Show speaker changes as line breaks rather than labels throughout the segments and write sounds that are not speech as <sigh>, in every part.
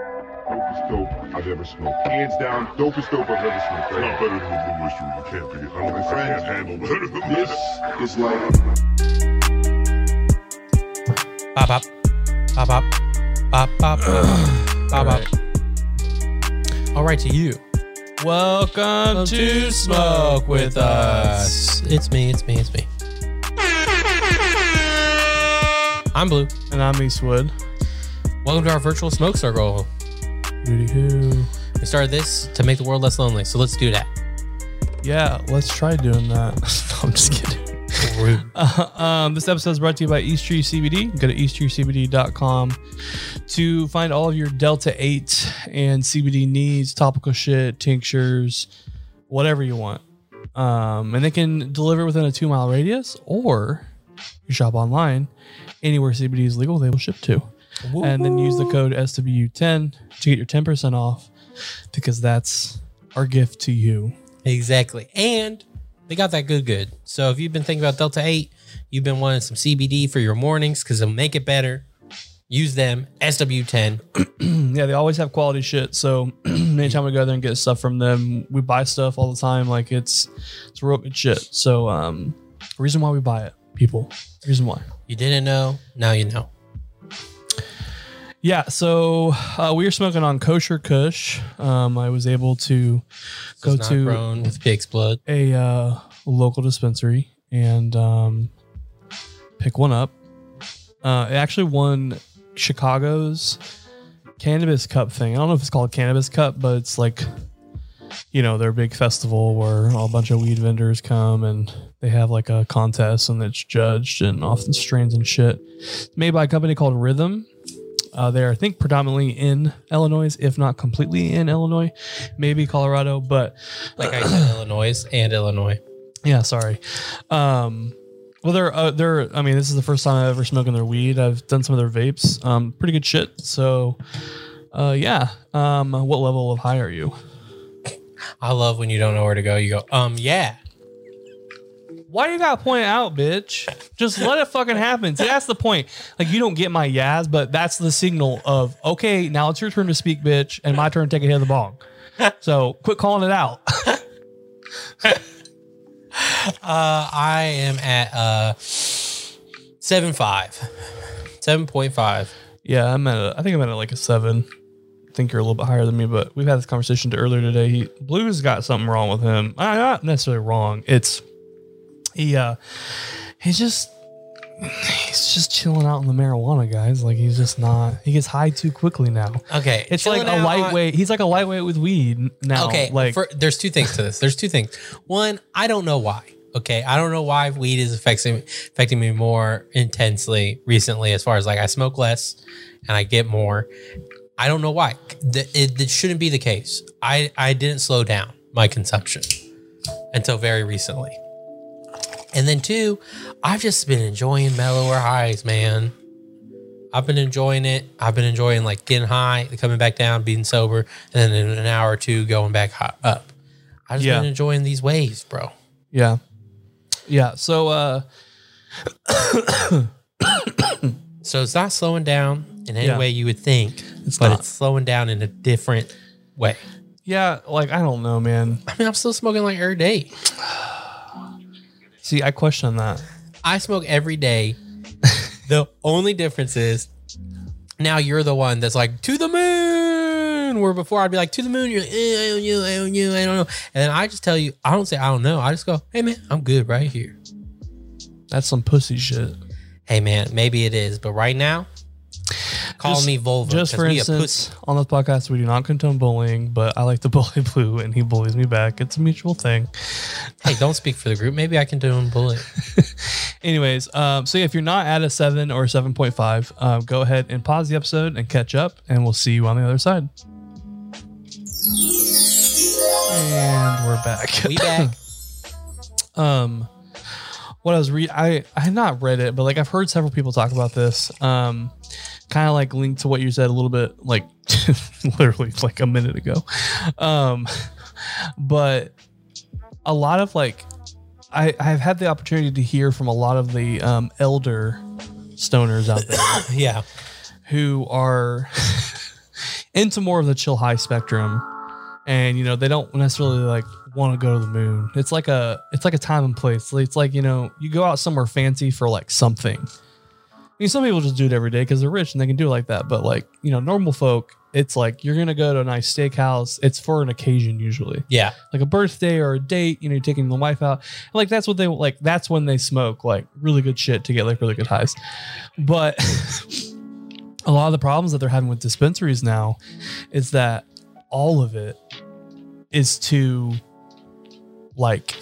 Dopest dope I've ever smoked. Hands down, dopest dope I've ever smoked. Right?
Not better than Blue Oyster. You can't be. I don't think I
Friends.
can't handle better than
This
this.
is like
Bop, bop, bop, bop, bop, bop, bop,
All
bop. All right, to you.
Welcome to Smoke With Us.
It's me. It's me. It's me. I'm Blue.
And I'm Eastwood.
Welcome to our virtual smoke circle.
Booty who?
We started this to make the world less lonely, so let's do that.
Yeah, let's try doing that. <laughs> No, I'm just kidding. <laughs> Uh, um, this episode is brought to you by East Tree CBD. Go to easttreecbd.com to find all of your Delta 8 and CBD needs, topical shit, tinctures, whatever you want. Um, and they can deliver within a two mile radius or you shop online. Anywhere CBD is legal, they will ship to. and then use the code SW10 to get your 10% off because that's our gift to you.
Exactly. And they got that good, good. So if you've been thinking about Delta 8, you've been wanting some CBD for your mornings because they'll make it better. Use them, SW10.
yeah, they always have quality shit. So <clears throat> anytime we go there and get stuff from them, we buy stuff all the time. Like it's it's real good shit. So um, reason why we buy it, people. Reason why.
You didn't know, now you know.
Yeah, so uh, we are smoking on kosher Kush. Um, I was able to
Go
go
it's
to
not grown with pig's blood.
a uh, local dispensary and um, pick one up. Uh, it actually won Chicago's Cannabis Cup thing. I don't know if it's called Cannabis Cup, but it's like, you know, their big festival where a bunch of weed vendors come and they have like a contest and it's judged and often strains and shit. It's made by a company called Rhythm. Uh, they are, I think, predominantly in Illinois, if not completely in Illinois, maybe Colorado, but
Like I said, Illinois and Illinois.
yeah, sorry. Um, well, they're uh, they're. I mean, this is the first time I've ever smoking their weed. I've done some of their vapes. Um, pretty good shit. So, uh, yeah. Um, what level of high are you?
I love when you don't know where to go. You go, um, yeah.
Why do you gotta point it out, bitch? Just let it fucking happen. See, that's the point. Like, you don't get my yas, but that's the signal of okay, now it's your turn to speak, bitch, and my turn to take a hit of the bong. So, quit calling it out.
Uh, I am at uh, 7.5. 7.5.
Yeah, I'm at. A, I think I'm at like a seven. I think you're a little bit higher than me, but we've had this conversation to earlier today. He, Blue's got something wrong with him. Uh, not necessarily wrong. It's he. uh He's just he's just chilling out on the marijuana, guys. Like he's just not. He gets high too quickly now.
Okay.
It's
chilling
like a
out.
lightweight. he's like a lightweight with weed now.
Okay,
like
for, there's two things to this. There's two things. One, I don't know why. Okay, I don't know why weed is affecting affecting me more intensely recently. As far as like I smoke less and I get more. I don't know why. The, it, it shouldn't be the case. I I didn't slow down my consumption until very recently. And then two, I've just been enjoying mellower highs, man. I've been enjoying it. I've been enjoying like getting high, coming back down, being sober, and then in an hour or two going back hi- up. I've just
Yeah.
been enjoying these waves, bro.
yeah, yeah. So uh
So it's not slowing down in any
Yeah.
way you would think,
It's
but
not.
it's slowing down in a different way.
yeah, like I don't know, man.
I mean, I'm still smoking like every day.
See, I question that.
I smoke every
<laughs>
day. the only difference is now you're the one that's like to the moon. Where before I'd be like to the moon, you're like, eh, I don't know, I don't know, I don't know, and then I just tell you, I don't say I don't know. I just go, hey man, I'm good right here.
That's some pussy shit.
Hey man, maybe it is, but right now, call
Just-
me Volvo.
Just
'cause
for
we a
instance, on this podcast, we do not condone bullying, but I like to <laughs> bully Blue, and he bullies me back. It's a mutual thing.
pussy. hey, don't speak for the group. Maybe I can do him bullet.
Anyways, um, so yeah, if you're not at a seven or seven point five, um, go ahead and pause the episode and catch up, and we'll see you on the other side. And we're back. <laughs>
We back.
um what I was read I I had not read it, but like I've heard several people talk about this. Um kind of like linked to what you said a little bit like <laughs> literally like a minute ago. Um but a lot of like I I've had the opportunity to hear from a lot of the um elder stoners out there
yeah,
who are <laughs> into more of the chill high spectrum. And you know, they don't necessarily like want to go to the moon. It's like a it's like a time and place. It's like, you know, you go out somewhere fancy for like something. I mean, some people just do it every day because they're rich and they can do it like that. But like, you know, normal folk, it's like you're gonna go to a nice steakhouse. It's for an occasion usually
Yeah.
like a birthday or a date, you know, you're taking the wife out. And, like that's what they like that's when they smoke like really good shit to get like really good highs. But <laughs> a lot of the problems that they're having with dispensaries now is that all of it is too like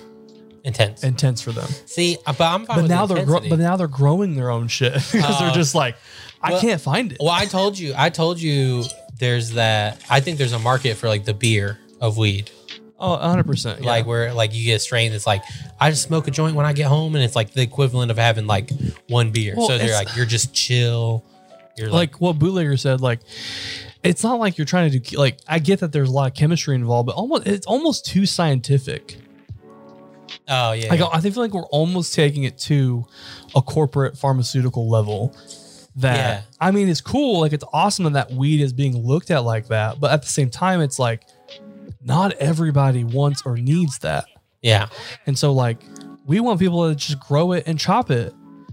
Intense.
intense for them.
See, but I'm fine
But
with
now
the
they're gro-
intensity.
but now they're growing their own shit <laughs> because
Uh,
they're just like I
well-
can't find it.
Well, I told you, I told you there's that. I think there's a market for like the beer of weed,
Oh, 100%. yeah.
like where like you get a strain that's like, I just smoke a joint when I get home, and it's like the equivalent of having like one beer.
Well,
so they're
it's-
like, you're just chill. You're like,
like what bootlegger said like it's not like you're trying to do like i get that there's a lot of chemistry involved but almost it's almost too scientific
oh yeah,
like
yeah.
i feel like we're almost taking it to a corporate pharmaceutical level that
Yeah.
i mean it's cool like it's awesome that that weed is being looked at like that but at the same time it's like not everybody wants or needs that
yeah,
and so like we want people to just grow it and chop it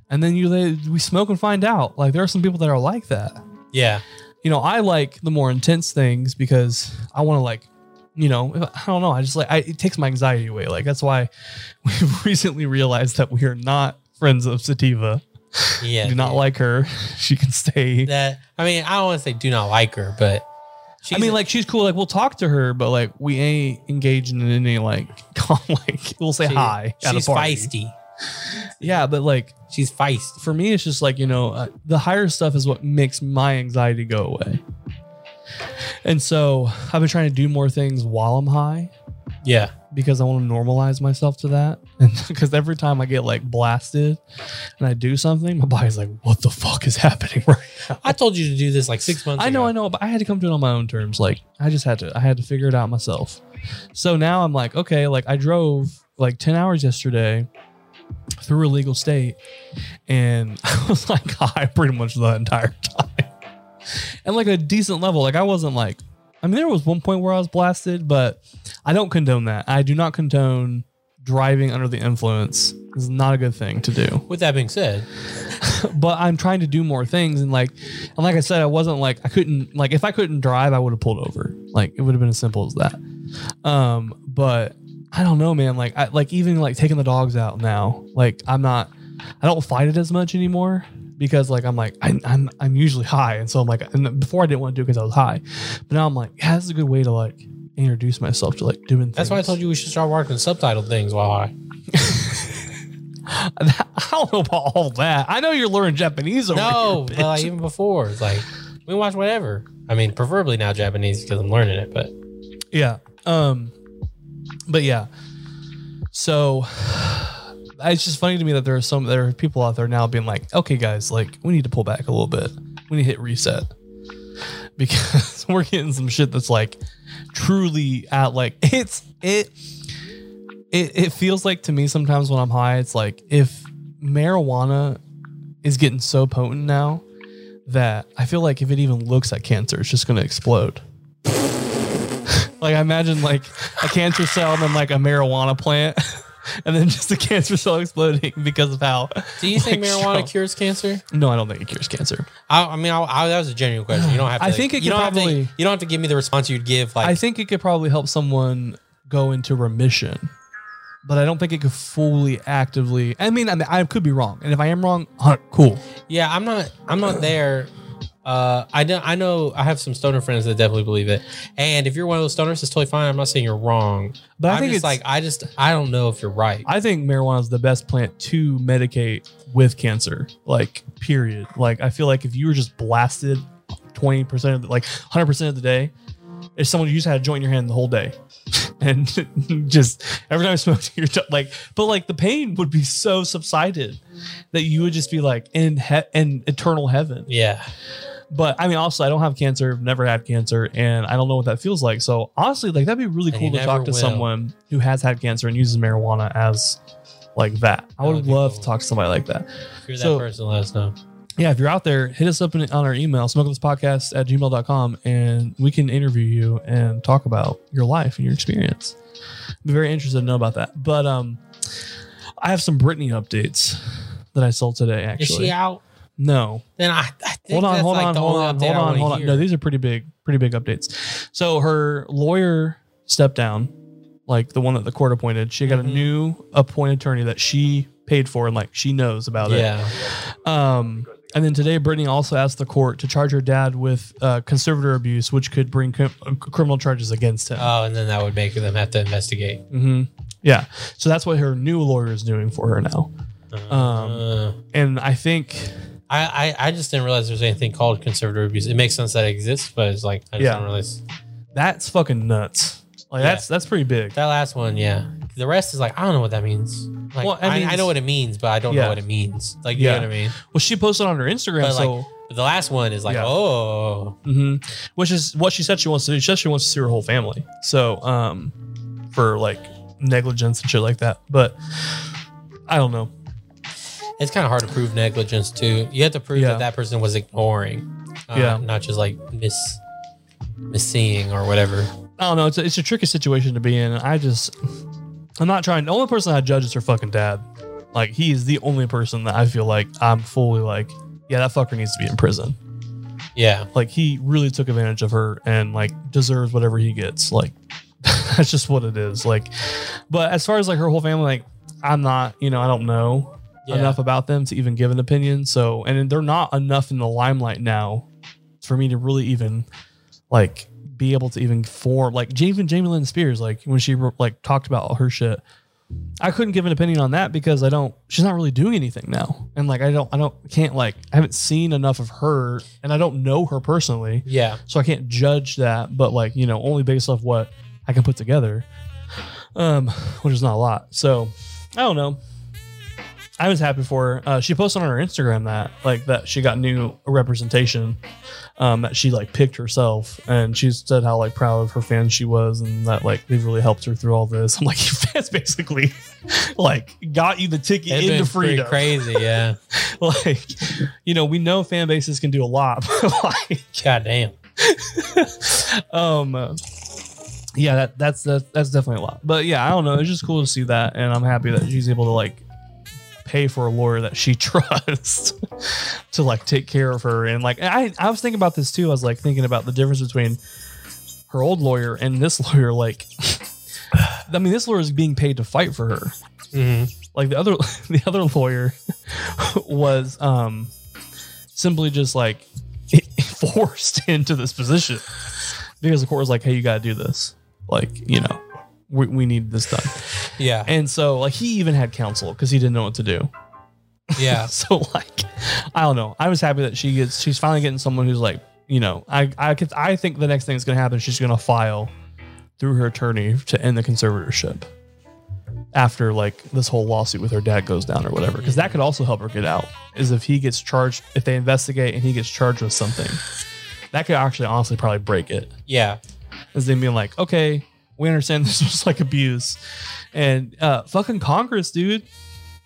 and then you they, we smoke and find out like there are some people that are like that
yeah,
you know, I like the more intense things because I want to like, you know, I don't know. I just like I, it takes my anxiety away. Like that's why <laughs> we recently realized that we are not friends of Sativa.
yeah.
Do not
dude.
like her. <laughs> She can stay.
that. I mean, I don't want to say do not like her, but she's
I mean, like she's cool. Like we'll talk to her, but like we ain't engaging in any like, <laughs> con- like we'll say
she-
hi. at a
She's
party.
feisty.
Yeah, but like
She's feisty.
for me, it's just like you know, uh, the higher stuff is what makes my anxiety go away. And so I've been trying to do more things while I'm high.
Yeah,
because I want to normalize myself to that. And <laughs> because every time I get like blasted and I do something, my body's like, what the fuck is happening right now?
I told you to do this like six months.
I know,
ago.
I know, but I had to come to it on my own terms. Like I just had to, I had to figure it out myself. So now I'm like, okay, like I drove like 10 hours yesterday through a legal state and <laughs> I was like high pretty much the entire time. And like a decent level. Like I wasn't like, I mean, there was one point where I was blasted, but I don't condone that. I do not condone driving under the influence. It's not a good thing to do
With that being said,
but I'm trying to do more things and like and like I said, I wasn't like I couldn't like if I couldn't drive, I would have pulled over. Like it would have been as simple as that. Um, but I don't know, man. Like I like even like taking the dogs out now, like I'm not I don't fight it as much anymore because like I'm like I, I'm I'm usually high, and so I'm like and before I didn't want to do it because I was high, but now I'm like yeah, this is a good way to like introduce myself to like doing things.
that's why I told you we should start watching subtitled things while I.
<laughs> I don't know about all that. I know you're learning Japanese
<laughs>
over
No,
here,
but, like
bitch.
even before, it's like we watch whatever. I mean, preferably now Japanese because I'm learning it. But
Yeah. Um but yeah. So it's just funny to me that there are some there are people out there now being like, okay guys, like we need to pull back a little bit. We need to hit reset. Because <laughs> we're getting some shit that's like truly at like <laughs> it's it it it feels like to me sometimes when I'm high, it's like if marijuana is getting so potent now that I feel like if it even looks at cancer, it's just gonna explode. <laughs> Like I imagine like a cancer cell and then like a marijuana plant, <laughs> and then just a cancer cell <laughs> exploding because of how.
do you think
<laughs> like,
marijuana
strong-
cures cancer?
No, I don't think it cures cancer.
I, I mean, I, I, that was a genuine question. You don't have. To,
I think it
you
could
don't
probably-
Have to, you don't have to give me the response you'd give. Like
I think it could probably help someone go into remission, but I don't think it could fully actively. I mean, I, mean, I could be wrong, and if I am wrong, huh, cool.
Yeah, I'm not. I'm not there. Uh, I know. I know. I have some stoner friends that definitely believe it. And if you're one of those stoners, it's totally fine. I'm not saying you're wrong.
But I
I'm
think
just
it's
like I just I don't know if you're right.
I think marijuana is the best plant to medicate with cancer. Like, period. Like, I feel like if you were just blasted 20% of the, like 100% of the day, if someone you just had a joint in your hand the whole day <laughs> and just every time I smoked, <laughs> you're just like, but like the pain would be so subsided that you would just be like in, he- in eternal heaven.
yeah.
But I mean, also, I don't have cancer, I've never had cancer, and I don't know what that feels like. So honestly, like that'd be really
And
cool
you
to talk
never
to
will.
someone who has had cancer and uses marijuana as like that. I
That
would
would be
love
cool.
to talk to somebody like that.
If you're that
So-
person, let us know.
yeah, if you're out there, hit us up in, on our email, smokelesspodcast at gmail.com, and we can interview you and talk about your life and your experience. I'm very interested to know about that. But um, I have some Britney updates that I sold today,
Is
actually.
she out?
No.
Then I, I think
Hold on,
that's
hold
like
on,
the
hold
only
on,
update
hold
I
on,
wanna
hold on.
hear.
No, these are pretty big, pretty big updates. So her lawyer stepped down, like the one that the court appointed. She got
Mhm.
a new appointed attorney that she paid for and like she knows about it.
yeah.
Um, and then today, Brittany also asked the court to charge her dad with uh, conservator abuse, which could bring crim- uh, criminal charges against him.
Oh, and then that would make them have to investigate.
hmm Yeah. So that's what her new lawyer is doing for her now. Uh-huh. Um,
Uh,
And I think,
I, I, I just didn't realize there's anything called conservative abuse. It makes sense that it exists, but it's like I just
Yeah.
didn't realize
that's fucking nuts. Like
Yeah.
that's that's pretty big.
that last one. Yeah, the rest is like I don't know what that means. Like
Well, it
I, I
means-
know what it means, but I don't
Yeah.
know what it means. Like you
Yeah.
know what I mean.
Well, she posted on her Instagram,
But, like,
so
But the last one is like
Yeah.
oh
mhm. which is what she said she wants to do. She said she wants to sue her whole family. So, um, for like negligence and shit like that. But I don't know.
it's kind of hard to prove negligence too. You have to prove
Yeah.
that that person was ignoring, uh,
Yeah.
not just like miss misseeing or whatever.
I don't know. It's a, it's a tricky situation to be in. I just, I'm not trying. The only person I judge is her fucking dad. Like he is the only person that I feel like I'm fully like, yeah, that fucker needs to be in prison.
Yeah,
Like he really took advantage of her and like deserves whatever he gets. Like <laughs> that's just what it is. Like, but as far as like her whole family, like I'm not, you know, I don't know
yeah.
enough about them to even give an opinion. So, and they're not enough in the limelight now for me to really even like be able to even form like even Jamie Lynn Spears, like when she like talked about all her shit, I couldn't give an opinion on that because I don't, she's not really doing anything now. And like, I don't, I don't, can't like, I haven't seen enough of her and I don't know her personally.
Yeah,
So I can't judge that, but like, you know, only based off what I can put together, um, which is not a lot. So I don't know. I was happy for her. Uh, she posted on her Instagram that like that she got new representation um, that she like picked herself, and she said how like proud of her fans she was, and that like they've really helped her through all this. <laughs> I'm like, your fans basically like got you the ticket
it's
into
been pretty
freedom.
crazy. Yeah,
<laughs> Like, you know, we know fan bases can do a lot, <laughs> but like
god damn.
um uh, yeah that, that's that, that's definitely a lot but yeah i don't know it's just cool to see that and i'm happy that she's able to like pay for a lawyer that she <laughs> trusts to like take care of her and like and i i was thinking about this too i was like thinking about the difference between her old lawyer and this <laughs> lawyer like <sighs> i mean this lawyer is being paid to fight for her
hmm
like the other <laughs> the other lawyer <laughs> was um simply just like <laughs> forced into this position because the court was like hey you got to do this like you know we, we need this done
Yeah,
and so like he even had counsel because he didn't know what to do
yeah.
<laughs> so like i don't know i was happy that she gets she's finally getting someone who's like you know i i could i think the next thing that's going to happen is she's going to file through her attorney to end the conservatorship after like this whole lawsuit with her dad goes down or whatever because that could also help her get out is if he gets charged if they investigate and he gets charged with something that could actually honestly probably break it
Yeah.
is them being like, okay, we understand this was like abuse. And uh, fucking Congress, dude.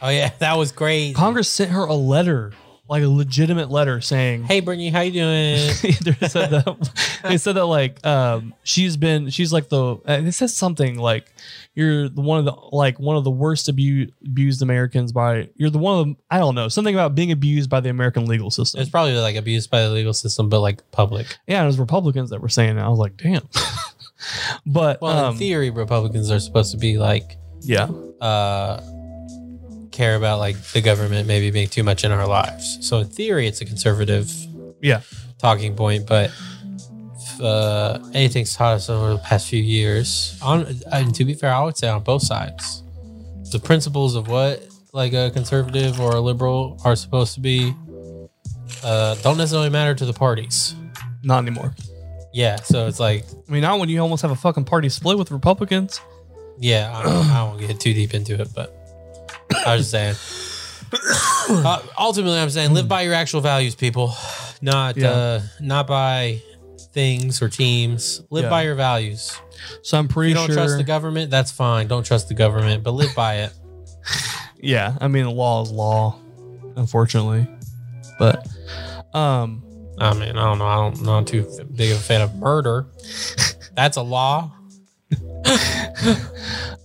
Oh yeah, <laughs> that was great.
Congress sent her a letter, like a legitimate letter saying,
Hey Brittany, how you doing?
<laughs> they said that they said that like um she's been she's like the and it says something like you're the- one of the like one of the worst abu- abused Americans by you're the one of the I don't know something about being abused by the American legal system.
It's probably like abused by the legal system, but like public.
yeah, it was Republicans that were saying it. I was like, damn. <laughs> but
Well,
um,
in theory, Republicans are supposed to be like
yeah,
uh care about like the government maybe being too much in our lives. So in theory, it's a conservative
yeah,
talking point, but uh, anything's taught us over the past few years. On and to be fair, I would say on both sides, the principles of what like a conservative or a liberal are supposed to be uh, don't necessarily matter to the parties.
not anymore.
Yeah, so it's like
I mean, not when you almost have a fucking party split with Republicans.
Yeah, I, don't- I won't get too deep into it, but I was just saying. <coughs> Uh, ultimately, I'm saying live by your actual values, people, not
Yeah.
uh, not by things or teams. Live
Yeah.
by your values.
So I'm pretty
You don't
sure.
trust the government, that's fine. Don't trust the government, but live by it.
yeah, I mean, the law is law, unfortunately. But um,
I mean, I don't know. I don't know. I'm too big of a fan of
<laughs>
murder. That's a law.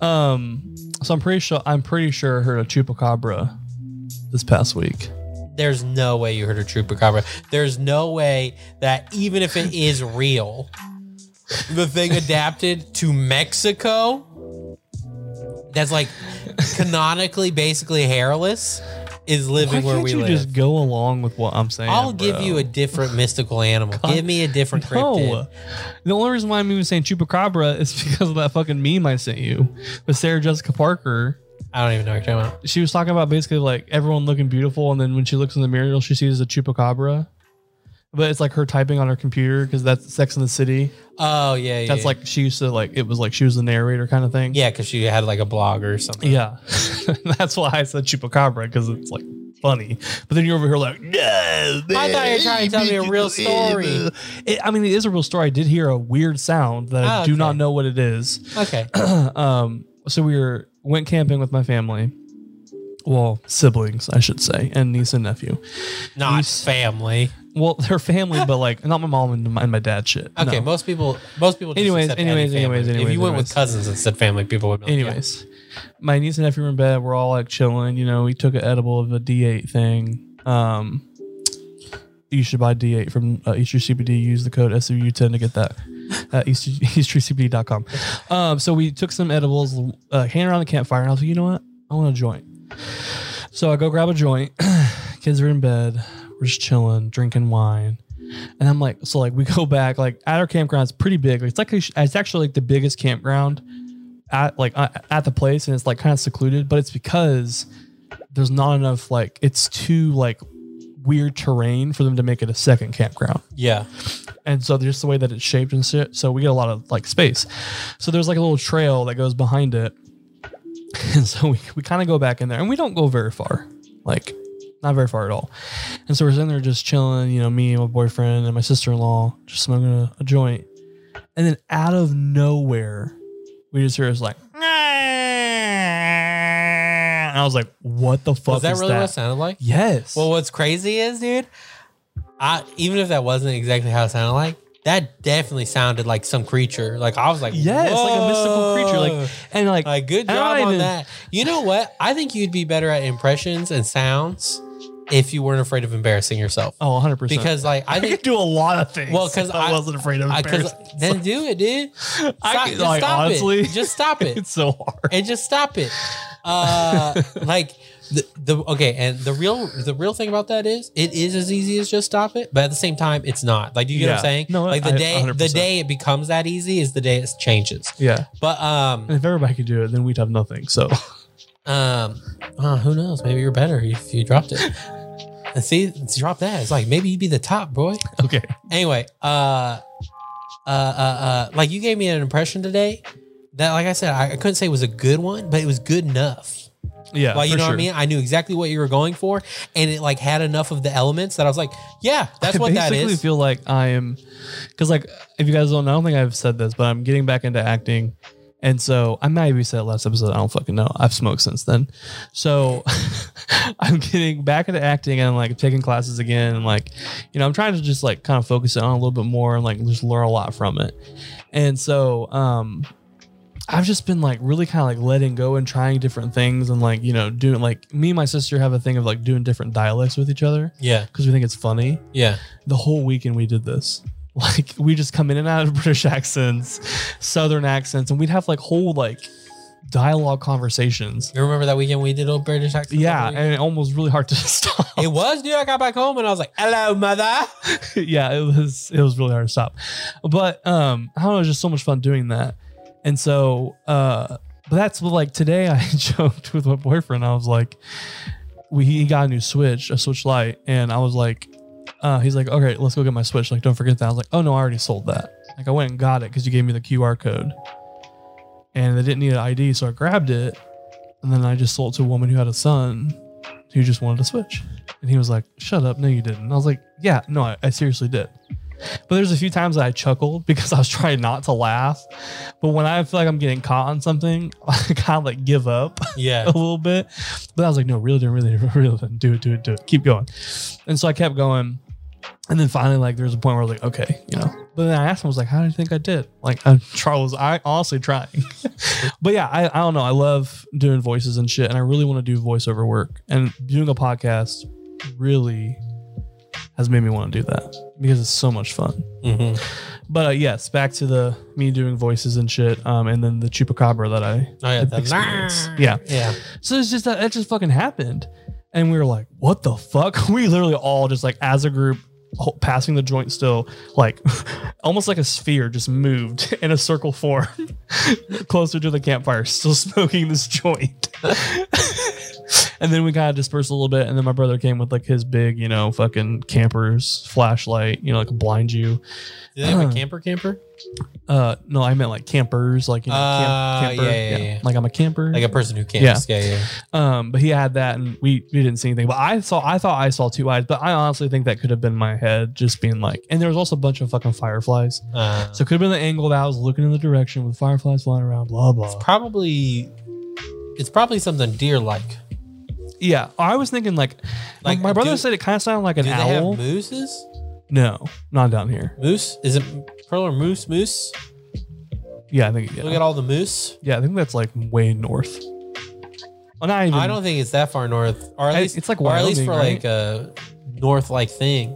um, so I'm pretty sure I'm pretty sure I heard a chupacabra this past week.
There's no way you heard a chupacabra. There's no way that even if it is real, the
<laughs>
thing adapted to Mexico that's like canonically basically hairless is
Why
living where
can't
we
you
live.
just go along with what I'm saying?
I'll give
bro?
you a different mystical animal. Give me a different cryptid.
<laughs> No. The only reason why I'm even saying chupacabra is <laughs> because of that fucking meme I sent you with Sarah Jessica Parker.
I don't even know what you're talking about.
She was talking about basically like everyone looking beautiful, and then when she looks in the mirror, all she sees is a chupacabra. But it's like her typing on her computer because that's Sex in the City.
Oh yeah, yeah.
That's like she used to like it was like she was the narrator kind of thing.
yeah, because she had like a blog or something.
Yeah. <laughs> that's why I said chupacabra because it's like funny. But then you're over here like, no.
I thought you were trying to tell me a real story.
It, I mean, it is a real story. I did hear a weird sound that I
Oh,
do
okay.
not know what it is. <clears throat>
Okay.
um, so we were went camping with my family. Well, siblings, I should say, and niece and nephew.
Not
Niece-
family.
Well, they're family, but like not my mom and my, and my dad shit.
Okay,
No.
most people most people just
Anyways,
accept any
anyways,
family.
anyways,
If
anyways,
you went
anyways.
with cousins and said family, people would be like,
Anyways, my niece and nephew were in bed. We're all like chilling. You know, we took an edible of a D8 thing. Um, you should buy D8 from uh, Easter CBD. Use the code SUU10 to get that at <laughs> Easter, EasterCBD.com. Um, so we took some edibles, uh, hand around the campfire, and I was like, you know what? I want a joint. So I go grab a joint. <clears throat> Kids are in bed. We're just chilling, drinking wine. And I'm like, so like we go back, like at our campground, it's pretty big. It's like it's actually like the biggest campground at like uh, at the place and it's like kind of secluded but it's because there's not enough like it's too like weird terrain for them to make it a second campground
yeah.
and so just the way that it's shaped and shit so we get a lot of like space so there's like a little trail that goes behind it <laughs> and so we, we kind of go back in there and we don't go very far like not very far at all and so we're sitting there just chilling you know me and my boyfriend and my sister-in-law just smoking a, a joint and then out of nowhere we just hear us like and i was like what the fuck
Was that
is
really
that?
what it sounded like?
yes
Well, what's crazy is, dude, I even if that wasn't exactly how it sounded like, that definitely sounded like some creature. Like I was like,
yeah it's like a mystical creature
"Whoa."
like and like
Like, good
I don't
job on
even-
that. You know what? I think you'd be better at impressions and sounds if you weren't afraid of embarrassing yourself.
oh 100%
Because, like, I
I
think.
<laughs> could do a lot of things.
Well, 'cause
if
I-
wasn't afraid of
Because
embarrassment.
then do it, dude. Stop,
could-
just
like,
stop
honestly,
it. Just stop it.
<laughs> It's so hard.
and just stop it.
<laughs>
Uh, like the, the okay, and the real the real thing about that is it is as easy as just stop it, but at the same time, it's not. Like, do you get what
Yeah.
I'm saying?
No,
like the
I-
day the
100%.
day it becomes that easy is the day it changes.
Yeah.
But
And
um
if everybody could do it, then we'd have nothing. So
um, uh, who knows? Maybe you're better if you dropped it. And see, drop that. It's like maybe you'd be the top boy.
okay.
Anyway, uh, uh, uh, uh, like you gave me an impression today that, like I said, I, I couldn't say it was a good one, but it was good enough.
Yeah.
Like you
for
know what
sure.
I mean? I knew exactly what you were going for, and it like had enough of the elements that I was like, yeah, that's what
I
that
basically
is.
feel like I am, because like if you guys don't know, I don't think I've said this, but I'm getting back into acting, and so I might have said it last episode. I don't fucking know. I've smoked since then, so <laughs> I'm getting back into acting and like taking classes again, and like you know I'm trying to just like kind of focus it on a little bit more and like just learn a lot from it, and so um. I've just been like really kind of like letting go and trying different things and like, you know, doing like me and my sister have a thing of like doing different dialects with each other
yeah,
because we think it's funny
yeah.
the whole weekend we did this. <laughs> Like we just come in and out of <laughs> British accents, Southern accents, and we'd have like whole like dialogue conversations.
You remember that weekend we did old British accent?
Yeah, and it almost really hard to <laughs> stop.
it was, dude. I got back home and I was like, hello,
<laughs>
mother.
yeah, it was it was really hard to stop. But um, I don't know, it was just so much fun doing that. And so uh but that's what, like today I <laughs> joked with my boyfriend. I was like, we he got a new switch, a switch light, and I was like, uh, he's like, okay, let's go get my switch. Like, don't forget that. I was like, oh no, I already sold that. Like I went and got it because you gave me the QR code. And they didn't need an ID, so I grabbed it, and then I just sold it to a woman who had a son who just wanted a switch. And he was like, Shut up, no you didn't. And I was like, Yeah, no, I, I seriously did. But there's a few times that I chuckled <laughs> because I was trying not to laugh. But when I feel like I'm getting caught on something, <laughs> I kind of like give up <laughs> a
Yeah.
little bit. But I was like, no, really, do it, really, do it, really, do it, do it, do it, do it. Keep going. And so I kept going. And then finally, like, there was a point where I was like, okay, you know. But then I asked him, I was like, how do you think I did? Like, I Charles, I honestly trying. <laughs> but yeah, I, I don't know. I love doing voices and shit. And I really want to do voiceover work. And doing a podcast really has made me want to do that because it's so much fun.
hmm
But uh, yes, back to the me doing voices and shit. Um, and then the chupacabra that I
Oh, yeah.
had
the-
experienced. Yeah.
Yeah.
So it's just that it just fucking happened. And we were like, what the fuck? <laughs> We literally all just like as a group ho- passing the joint still, like <laughs> almost like a sphere just moved <laughs> in a circle form closer to the campfire, still <laughs> smoking this joint. <laughs> and then we kind of dispersed a little bit. And then my brother came with like his big, you know, fucking camper's flashlight, you know, like blind you.
Do they have
Uh,
a camper camper?
Uh, no, I meant like campers, like, you know,
Uh,
camp, camper.
yeah, yeah, yeah.
Like I'm a camper.
Like a person who camps. Yeah. Yeah.
Um, but he had that, and we we didn't see anything. But I saw, I thought I saw two eyes, but I honestly think that could have been my head just being like. And there was also a bunch of fucking fireflies,
Uh,
so it could have been the angle that I was looking in the direction with fireflies flying around, blah blah.
probably, it's probably something deer like.
yeah, I was thinking like, like
Like,
my brother
do-
said it kind of sounded like
Do
an
they have
owl.
mooses?
No, not down here.
Moose? Is it pearl or moose? Moose?
Yeah, I think. Yeah,
Look at all the moose.
yeah I think that's like way north. Well, not even.
I don't think it's that far north, or at
Hey,
least
it's like
or at least for
Wyoming,
like a north like thing.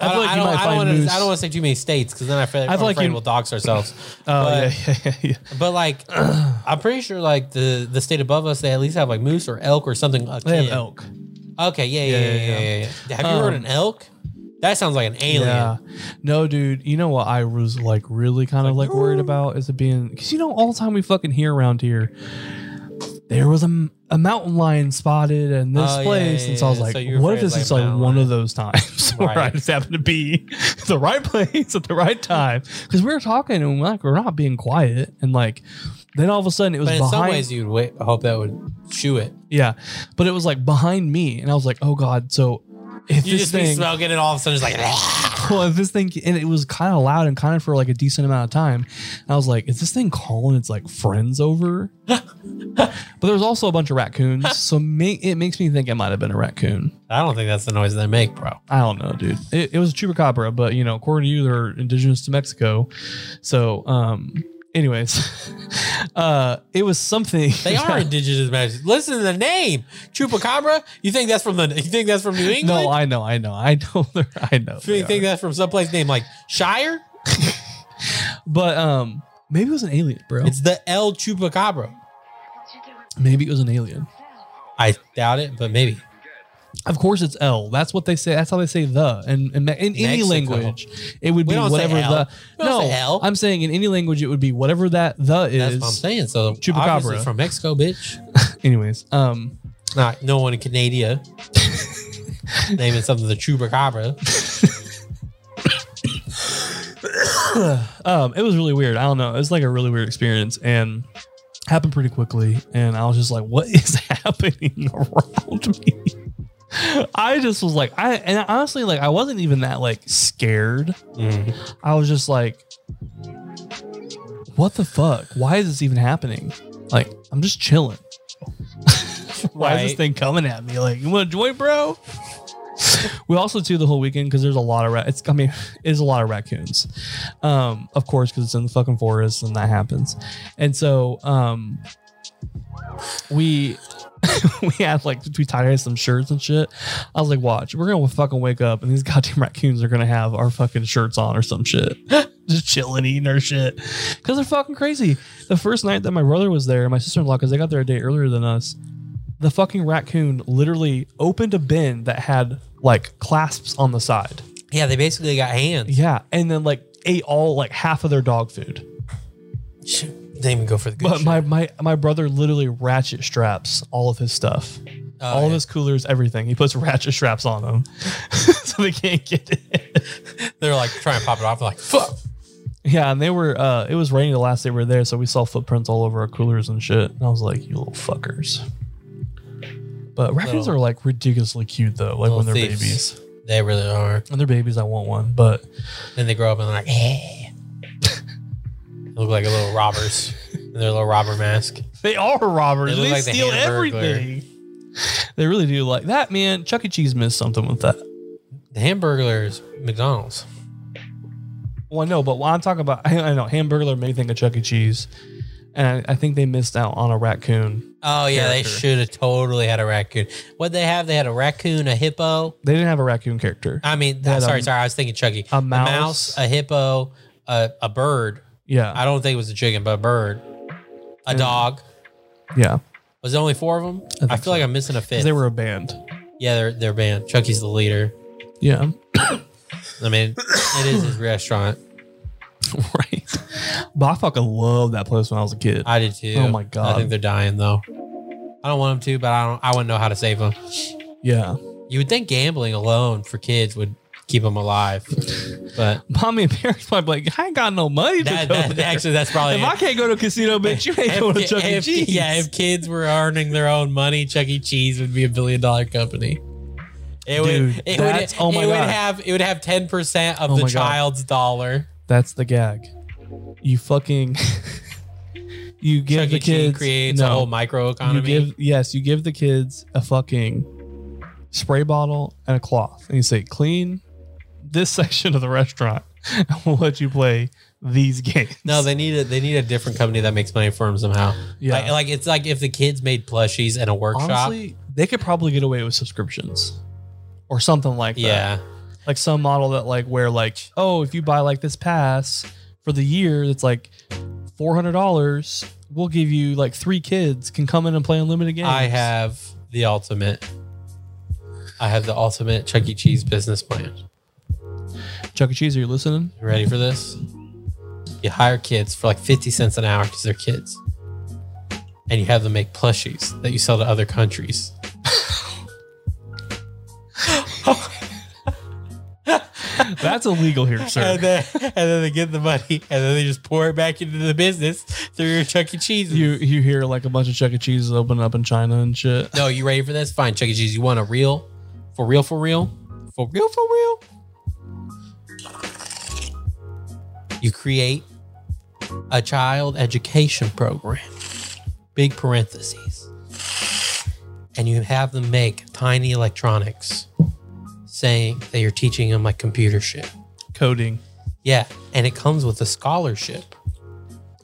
I
I
feel
don't, I
like you
don't,
might
I don't
find
wanna,
moose.
I don't want to say too many states because then I feel like,
I feel
I'm
like
afraid
you-
we'll dox
<clears throat>
ourselves.
Oh yeah,
but-
yeah, <laughs> yeah, yeah.
but like, I'm pretty sure like the the state above us, they at least have like moose or elk or something.
They have
akin.
elk.
Okay, yeah, yeah,
Yeah,
yeah,
yeah,
yeah. yeah, yeah. Have you
Um,
heard an elk? That sounds like an alien.
No, dude. You know what I was like really kind of like worried about is it being because you know all the time we fucking hear around here. There was a, m- a mountain lion spotted in this
Oh, yeah,
place,
yeah,
and so I was
yeah.
like,
So you're
"What if
afraid
this
it's
is
like a
like
mountain
one
lion.
of those times <laughs> where I
Right.
just happen to be <laughs> at the right place at the right time?" Because we were talking and we're like we're not being quiet, and like then all of a sudden it was
But in
behind.
some ways, you'd wait, hope that would shoo it.
yeah, but it was like behind me, and I was like, "Oh God!" So if
You
this
just be
thing
smoking, and all of a sudden it's like, "Ah!"
<laughs> well, if this thing and it was kind of loud and kind of for like a decent amount of time, and I was like, is this thing calling its like
<laughs>
friends over? but there's also a bunch of raccoons, so may, it makes me think it might have been a raccoon.
I don't think that's the noise they make, bro.
I don't know, dude. It, it was a chupacabra, but you know, according to you, they're indigenous to Mexico. So, um, anyways, <laughs> uh, it was something. <laughs>
They are indigenous magic. Listen to the name, Chupacabra. You think that's from the? You think that's from New England?
<laughs> No, I know, I know, I know, <laughs> they're, I know.
you
they
think
are.
that's from someplace named like Shire?
but um, maybe it was an alien, bro.
It's the El Chupacabra.
maybe it was an alien.
I doubt it, but maybe.
Of course, it's L. That's what they say. That's how they say the. And, in any
Mexico.
language, it would
We
be
don't say
whatever
L.
the.
We don't
no,
say L.
I'm saying in any language, it would be whatever that the
That's
is.
what I'm saying. So
Chupacabra.
obviously it's from Mexico, bitch.
Anyways, um,
Not no one in
<laughs>
Canada naming something the Chupacabra.
um, it was really weird. I don't know. It was like a really weird experience and happened pretty quickly. And I was just like, what <laughs> is happening around me? I just was like, I and honestly, like, I wasn't even that like scared. I was just like, what the fuck? Why is this even happening? Like, I'm just chilling. <laughs> Why is this
Right.
thing coming at me? Like, you want to join, bro? we also do the whole weekend because there's a lot of ra- it's I mean <laughs> it's a lot of raccoons, um of course because it's in the fucking forest and that happens, and so um we <laughs> we had like we tied some shirts and shit. I was like, watch, we're gonna fucking wake up and these <laughs> goddamn raccoons are gonna have our fucking shirts on or some shit. <laughs> Just chilling, eating our shit. Cause they're fucking crazy. The first night that my brother was there, my sister in law, because they got there a day earlier than us, the fucking raccoon literally opened a bin that had like clasps on the side.
Yeah, they basically got hands.
<laughs> Yeah. And then like ate all like half of their dog food.
They even go for the good.
But
shit.
my, my my brother literally ratchet straps all of his stuff.
Oh,
all of
yeah.
his coolers, everything. He puts <laughs> ratchet straps on them <laughs> so they can't get it.
they're like trying to pop it off. Like fuck.
Yeah, and they were. Uh, it was raining the last they were there, so we saw footprints all over our coolers and shit. And I was like, "You little fuckers." But raccoons
Little-
are like ridiculously cute though, like when
little
they're
thieves.
babies.
They really are.
And they're babies. I want one, but
Then they grow up and they're like, eh. They look like a little
<laughs>
robbers. in their little robber mask.
they are robbers.
They
They,
look like the
steal
Hamburglar.
everything. They really do like that man. Chuck E. Cheese missed something with that.
The hamburglers, McDonald's.
Well, no, but what I'm talking about, <laughs> I, I know Hamburglar made think of Chuck E. Cheese, and I, I think they missed out on a raccoon.
Oh yeah,
Character.
they should have totally had a raccoon. What they have? They had a raccoon, a hippo.
They didn't have a raccoon character.
I mean,
They had
sorry,
a-
sorry. I was thinking Chucky.
a
A
mouse.
mouse, a hippo, a, a bird.
Yeah,
I don't think it was a chicken, but a bird, a dog.
yeah,
Was there only four of them?
think
I, feel like I'm missing a
'Cause
fifth.
they were a band.
yeah, they're they're banned. Chucky's the leader.
Yeah, <laughs>
I mean, it is
<sighs>
his restaurant.
right. But I fucking loved that place when I was a kid.
I did too.
Oh my God.
I think they're dying though. I don't want them to, but I don't. I wouldn't know how to save them.
yeah,
You would think gambling alone for kids would keep them alive,
<laughs>
but
mommy and parents might be like, I ain't got no money to
that,
go
that,
there.
actually that's probably
if
it.
I can't go to a casino, bitch, you ain't going to
ki-
Chuck E.
if-
Cheese.
Yeah, if kids were earning their own money, Chuck E. Cheese would be a billion dollar company. It
Dude,
would. It
that's-
would.
oh my
it
God.
would have. It would have ten percent of
Oh
the
my God.
child's dollar.
That's the gag. You fucking. <laughs> you
Chuck
give the
E. Cheese
kids
creates a whole micro
you
economy.
give yes, you give the kids a fucking spray bottle and a cloth, and you say, "Clean this <laughs> section of the restaurant, and we'll let you play these games."
no, they need a they need a different company that makes money for them somehow.
yeah.
Like, like it's like if the kids made plushies in a workshop.
Honestly, they could probably get away with subscriptions or something like that.
yeah,
like some model that like where like oh if you buy like this pass for the year that's like four hundred dollars we'll give you like three kids can come in and play unlimited games
I have the ultimate. I have the ultimate Chuck E. Cheese business plan.
Chuck E. Cheese are you listening
You ready for this? You hire kids for like 50 cents an hour because they're kids. And you have them make plushies that you sell to other countries.
that's illegal here
<laughs>
sir
And then, and then they get the money and then they just pour it back into the business through your Chuck E. Cheese.
you you hear like a bunch of Chuck E. Cheese's open up in China and shit
no, you ready for this? Fine, Chuck E. Cheese. You want a real, for real, for real, for real, for real? You create a child education program, big parentheses, and you have them make tiny electronics saying that you're teaching them like computer shit.
coding
Yeah, and it comes with a scholarship.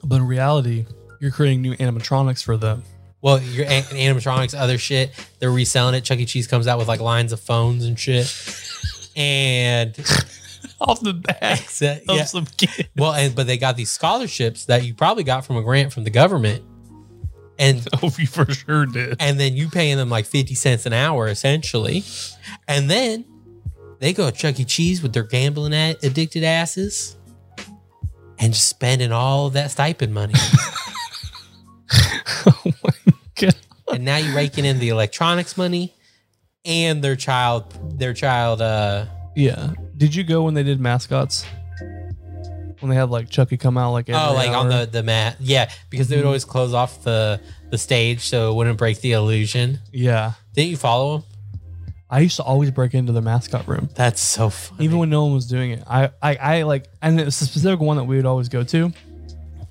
but in reality you're creating new animatronics for them
Well, your an- animatronics, other shit, they're reselling it. Chuck E. Cheese comes out with like lines of phones and shit. And
<laughs>
<laughs>
off the backs
so-
of
yeah.
some kid <laughs>
well, and but they got these scholarships that you probably got from a grant from the government, and
oh you for sure did
and then you paying them like fifty cents an hour essentially, and then they go to Chuck E. Cheese with their gambling a- addicted asses, and just spending all of that stipend money.
<laughs> oh my god
and now you're raking in the electronics money and their child their child uh
Yeah. Did you go when they did mascots? When they had like Chucky come out like every
oh like on
hour? Mm-hmm.
the the mat yeah because they would always close off the the stage so it wouldn't break the illusion
yeah.
didn't you follow them
I used to always break into the mascot room,
that's so funny
even when no one was doing it. I I, I like, and it was a specific one that we would always go to.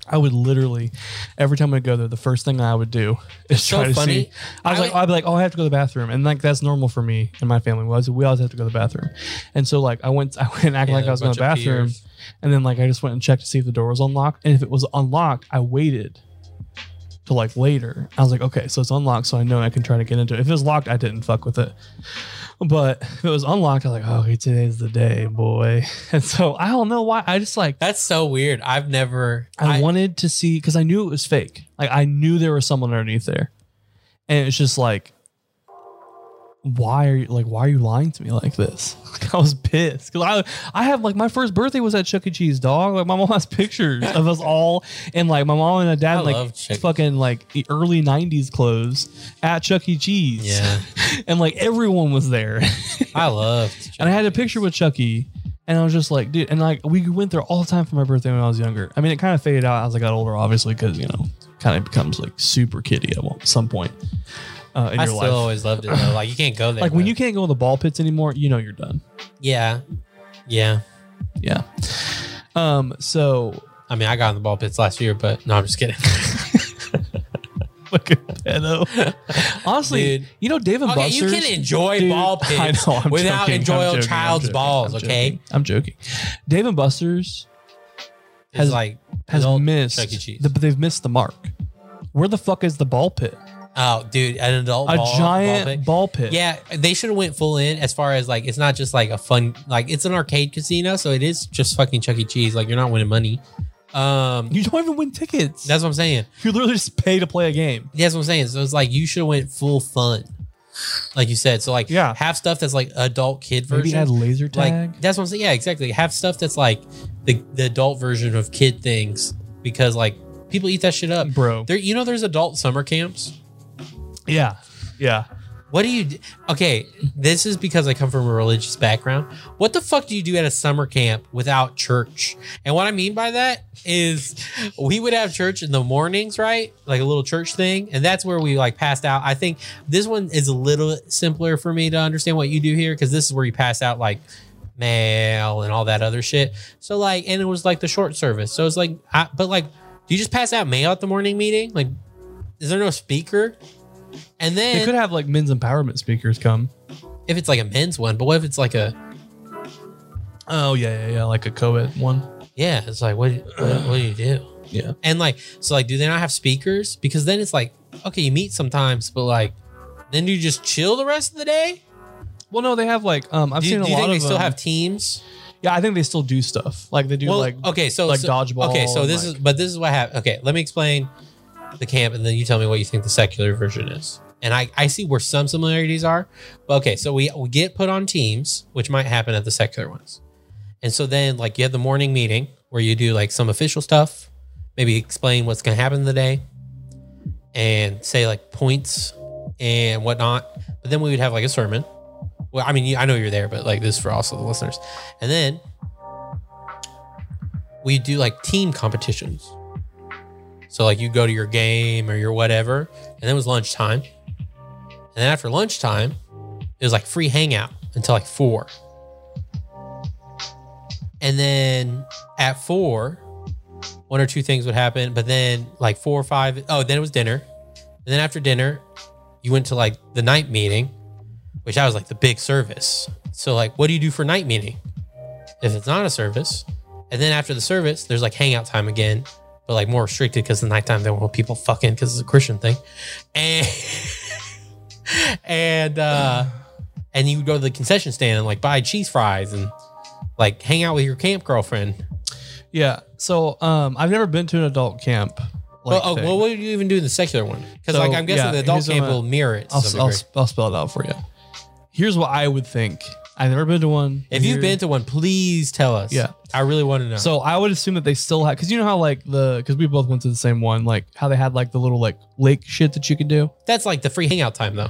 I would literally, every time I go there, the first thing I would do <laughs> is
so
try to
funny.
see. I was
I
like,
would-
I'd be like, oh, I have to go to the bathroom, and like that's normal for me and my family. Was we always have to go to the bathroom, and so like I went, <laughs> I went and acted
Yeah,
like I was going to the
bunch of
bathroom,
peers.
and then like I just went and checked to see if the door was unlocked, and if it was unlocked, I waited to like later. I was like, okay, so it's unlocked, so I know I can try to get into it. If it was locked, I didn't fuck with it. But if it was unlocked, I was like, oh, okay, today's the day, boy. <laughs> And so I don't know why. I just like
that's so weird i've never
I,
I,
wanted to see because I knew it was fake. Like I knew there was someone underneath there, and it's just like, why are you like why are you lying to me like this? <laughs> Like I was pissed because I I have like my first birthday was at Chuck E. Cheese, dog. Like my mom has <laughs> pictures of us all and like my mom and my dad
I
in, like
love Chuck E.
fucking like the early '90s clothes at Chuck E. Cheese,
yeah
<laughs> and like everyone was there. <laughs>
i love
And I had a picture with Chucky, and I was just like, dude, and like we went there all the time for my birthday when I was younger. I mean, it kind of faded out as I got older, obviously, because you know, kind of becomes like super kiddie at one- some point. uh, in
I
your
still
life.
always loved it though. Like you can't go there.
like when
but-
you can't go to the ball pits anymore, you know you're done.
Yeah. Yeah.
Yeah. Um. So <laughs>
I mean I got in the ball pits last year, but no, I'm just kidding. <laughs>
fucking pedo. <laughs> Honestly,
Dude.
you know David
Okay,
Buster's.
you can enjoy ball
<laughs> I
pits
know, I'm
without
joking, I'm
enjoying
joking, I'm
child's
joking,
balls,
I'm
okay?
joking, I'm joking. Dave and Buster's
It's
Has-
like
has
the old
missed,
Chuck E. Cheese.
the, they've missed the mark. Where the fuck is the ball pit?
oh dude, an adult
A
ball,
giant
ball pit.
ball pit.
Yeah, they should have went full in as far as like it's not just like a fun like it's an arcade casino, so it is just fucking Chuck E. Cheese. Like you're not winning money. Um,
You don't even win tickets.
that's what I'm saying.
you literally just pay to play a game.
That's what I'm saying. So it's like you should have went full fun, like you said. So like
Yeah.
have stuff that's like adult kid
Maybe
version.
add laser tag.
like that's what I'm saying. Yeah, exactly. Have stuff that's like the the adult version of kid things because like people eat that shit up.
bro.
There, you know, there's adult summer camps.
Yeah, yeah.
What do you do? Okay, this is because I come from a religious background. What the fuck do you do at a summer camp without church? And what I mean by that is we would have church in the mornings, right? Like a little church thing. And that's where we like passed out. I think this one is a little simpler for me to understand what you do here because this is where you pass out like mail and all that other shit. So, like, and it was like the short service. So it's like, I, but like, do you just pass out mail at the morning meeting? Like, is there no speaker? And then
They could have like men's empowerment speakers come.
if it's like a men's one, but what if it's like a
Oh yeah, yeah, yeah. Like a co-ed one.
yeah? It's like what what, what do you do?
<clears throat> Yeah.
And like so, like do they not have speakers? Because then it's like okay, you meet sometimes, but like then do you just chill the rest of the day?
Well, no, they have like um. I've
do,
seen
do
a
you
lot
think they
of
still
them.
have teams?
Yeah, I think they still do stuff. Like they do
well,
like
okay, so
like
so-
dodgeball
Okay, so
and,
this
like-
is but this is what happened. Okay, let me explain the camp, and then you tell me what you think the secular version is. And I, I see where some similarities are. But okay, so we, we get put on teams, which might happen at the secular ones. And so then, like, you have the morning meeting where you do like some official stuff, maybe explain what's going to happen in the day and say like points and whatnot. But then we would have like a sermon. Well, I mean, you, I know you're there, but like this is for also the listeners. And then we do like team competitions. So like you go to your game or your whatever, and then it was lunchtime. And then after lunchtime, it was like free hangout until like four. And then at four, one or two things would happen. But then like four or five, oh, then it was dinner. And then after dinner, you went to like the night meeting, which I was like the big service. So like, what do you do for night meeting? If it's not a service, and then after the service, there's like hangout time again, but like more restricted because the nighttime they want people fucking because it's a Christian thing, and <laughs> and uh, and you would go to the concession stand and like buy cheese fries and like hang out with your camp girlfriend.
yeah. So um, I've never been to an adult camp.
Well,
Like
oh,
thing.
well, what do you even do in the secular one? Because
So,
like I'm guessing
yeah,
the adult
here's
camp
what I-
will mirror it. To
I'll,
some
I'll,
degree.
I'll spell it out for you. Here's what I would think. I've never been to one.
if you've
Here-
been to one, please tell us.
Yeah.
I really want to know.
So I would assume that they still have, because you know how like the, because we both went to the same one, like how they had like the little like lake shit that you could do.
that's like the free hangout time though.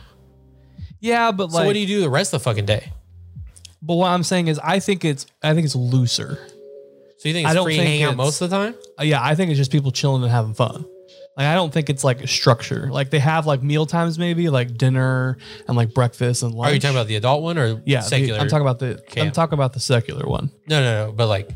Yeah, but
So
like,
what do you do the rest of the fucking day?
but what I'm saying is, I think it's, I think it's looser.
So you think
I
it's
don't
free
think
hangout
it's-
most of the time?
Uh, yeah, I think it's just people chilling and having fun. Like I don't think it's like a structure. Like they have like meal times maybe, like dinner and like breakfast and lunch.
Are you talking about the adult one or
yeah? the-
secular?
I'm talking about the I'm
camp?
talking about the secular one.
No, no, no. But like,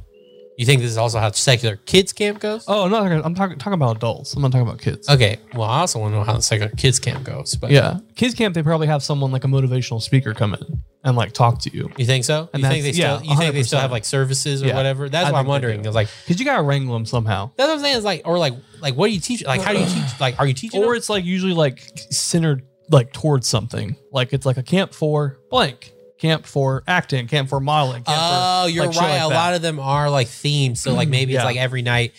you think this is also how secular kids camp goes?
Oh, no, I'm talking talking about adults. I'm not talking about kids.
Okay. Well, I also want to know how the secular kids camp goes. But
Yeah, kids camp they probably have someone like a motivational speaker come in and like talk to you
you think so?
And
you think they
that's-
still?
yeah,
you think they still
100%.
have like services or
Yeah,
whatever? That's
I
what
think
I'm
they
wondering.
do.
It's like
because you gotta wrangle them somehow.
that's what I'm saying. Is like or like like what do you teach? Like how do you teach? Like are you teaching?
Or
them?
it's like usually like centered like towards something. Like it's like a camp for blank, camp for acting, camp for modeling. Camp
Oh, you're right. a lot of them are like themed. So like maybe
Yeah.
it's like every night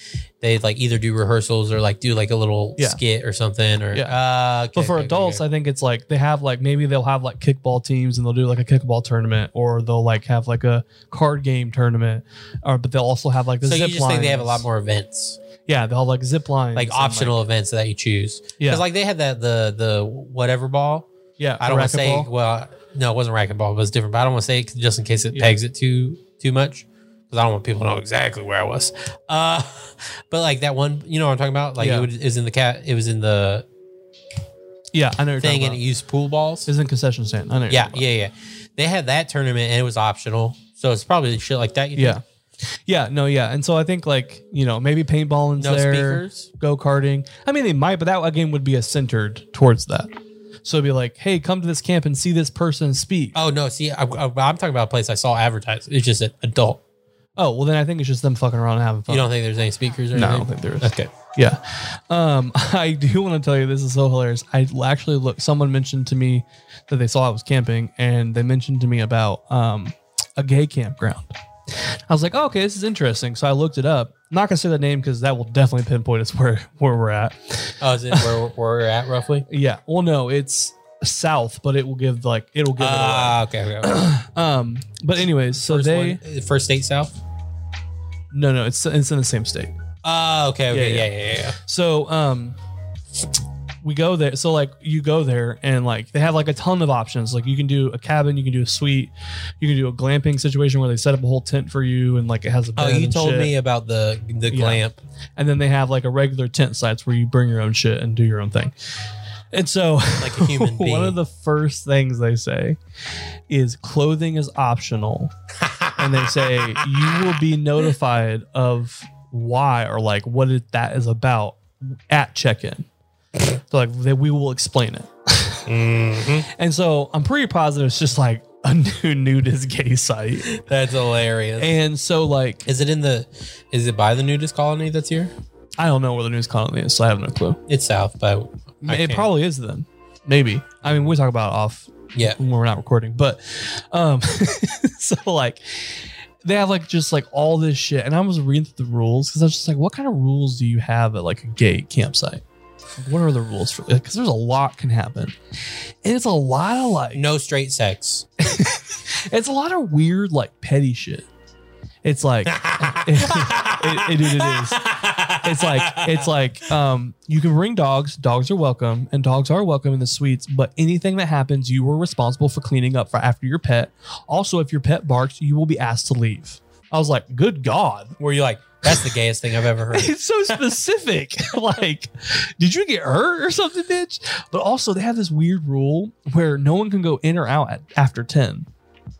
they like either do rehearsals or like do like a little
Yeah.
skit or something. Or
Yeah.
uh,
But for adults, I think it's like they have like maybe they'll have like kickball teams and they'll do like a kickball tournament, or they'll like have like a card game tournament, or but they'll also have like the
so
zip
you just think they have a lot
lines.
more events.
Yeah, they'll have like zip lines,
like
and,
optional events that you choose.
Yeah.
Because like they had that the the whatever ball.
yeah,
I don't want to say
racquetball.
well, no, it wasn't racquetball, it was different. But I don't want to say it 'cause- just in case it
Yeah.
pegs it too too much because I don't want people to know exactly where I was. Uh, <laughs> but like that one, you know what I'm talking about? Like
Yeah.
it, would, it was in the cat. It was in the
Yeah, I know what you're
thing
talking
and it
about.
used pool balls.
It's in concession stand. I know. what you're
Yeah,
talking
yeah, yeah. They had that tournament and it was optional. So it's probably shit like that. You think?
about. Yeah. Yeah. No. Yeah. And so I think like you know maybe paintballing's
No
there,
speakers.
go karting. I mean they might, but that game would be a centered towards that. So it'd be like, hey, come to this camp and see this person speak.
Oh, no. See, I, I, am talking about a place I saw advertised. It's just an adult.
Oh, well then I think it's just them fucking around and having fun.
You don't think there's any speakers or
no, I don't
anything?
think there is.
Okay.
Yeah. Um, <laughs> I do want to tell you this is so hilarious. I actually look someone mentioned to me that they saw I was camping and they mentioned to me about um, a gay campground. I was like, oh, okay, this is interesting. So I looked it up. I'm not gonna say the name because that will definitely pinpoint us <laughs> where where we're at.
Oh, is it where, where we're at roughly?
Yeah. Well, no, it's south, but it will give like it'll give
Ah, okay. okay, okay. <coughs>
it away. Um, but anyways, so
first,
they
one- first state south?
no no it's it's in the same state.
Oh, okay. Okay.
Yeah,
Yeah, yeah, yeah. yeah,
So um we go there. So like you go there and like they have like a ton of options. Like you can do a cabin, you can do a suite, you can do a glamping situation where they set up a whole tent for you and like it has a bed
Oh, you
and
told
shit.
me about the the
Yeah.
glamp.
And then they have like a regular tent sites where you bring your own shit and do your own thing. And so <laughs>
Like a human being.
one of the first things they say is clothing is optional. and they say you will be notified of why or like what it, that is about at check-in. So like they, we will explain it.
Mm-hmm.
And so I'm pretty positive it's just like a new nudist gay site.
That's hilarious.
And so like
is it in the? Is it by the nudist colony that's here?
I don't know where the news colony is, so I have no clue.
It's south, but I
it
can't-
probably is then. Maybe. I mean, we talk about it off
yeah.
when we're not recording, but um <laughs> so like they have like just like all this shit. And I was reading through the rules because I was just like, what kind of rules do you have at like a gay campsite? Like, What are the rules for? Because there's a lot can happen, and it's a lot of like
No straight sex.
it's a lot of weird like petty shit. It's like <laughs> it, it, it is. It's like it's like um you can bring dogs. Dogs are welcome, and dogs are welcome in the suites. But anything that happens, you are responsible for cleaning up for after your pet. Also, if your pet barks, you will be asked to leave. I was like, good god. <laughs>
Where you like? That's the gayest thing I've ever heard.
It's so specific. <laughs> like, did you get hurt or something, bitch? But also, they have this weird rule where no one can go in or out at, after 10.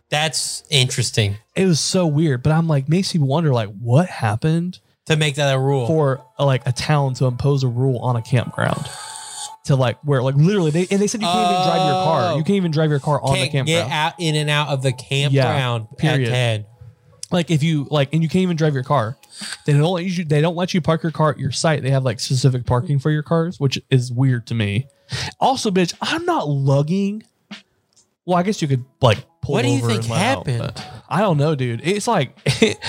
That's interesting
It was so weird, but I'm like, makes me wonder, like, what happened
to make that a rule.
for uh, like a town to impose a rule on a campground to like where like literally they and they said you can't even drive your car.
Oh.
You can't even drive your car on the
Can't get
campground.
out in and out of the campground
period.
at ten.
Like if you like and you can't even drive your car. They don't let you they don't let you park your car at your site. They have like specific parking for your cars, which is weird to me. Also, bitch, I'm not lugging. Well, I guess you could like pull
What do you
over
think
and let out,
happened?
but I don't know, dude. It's like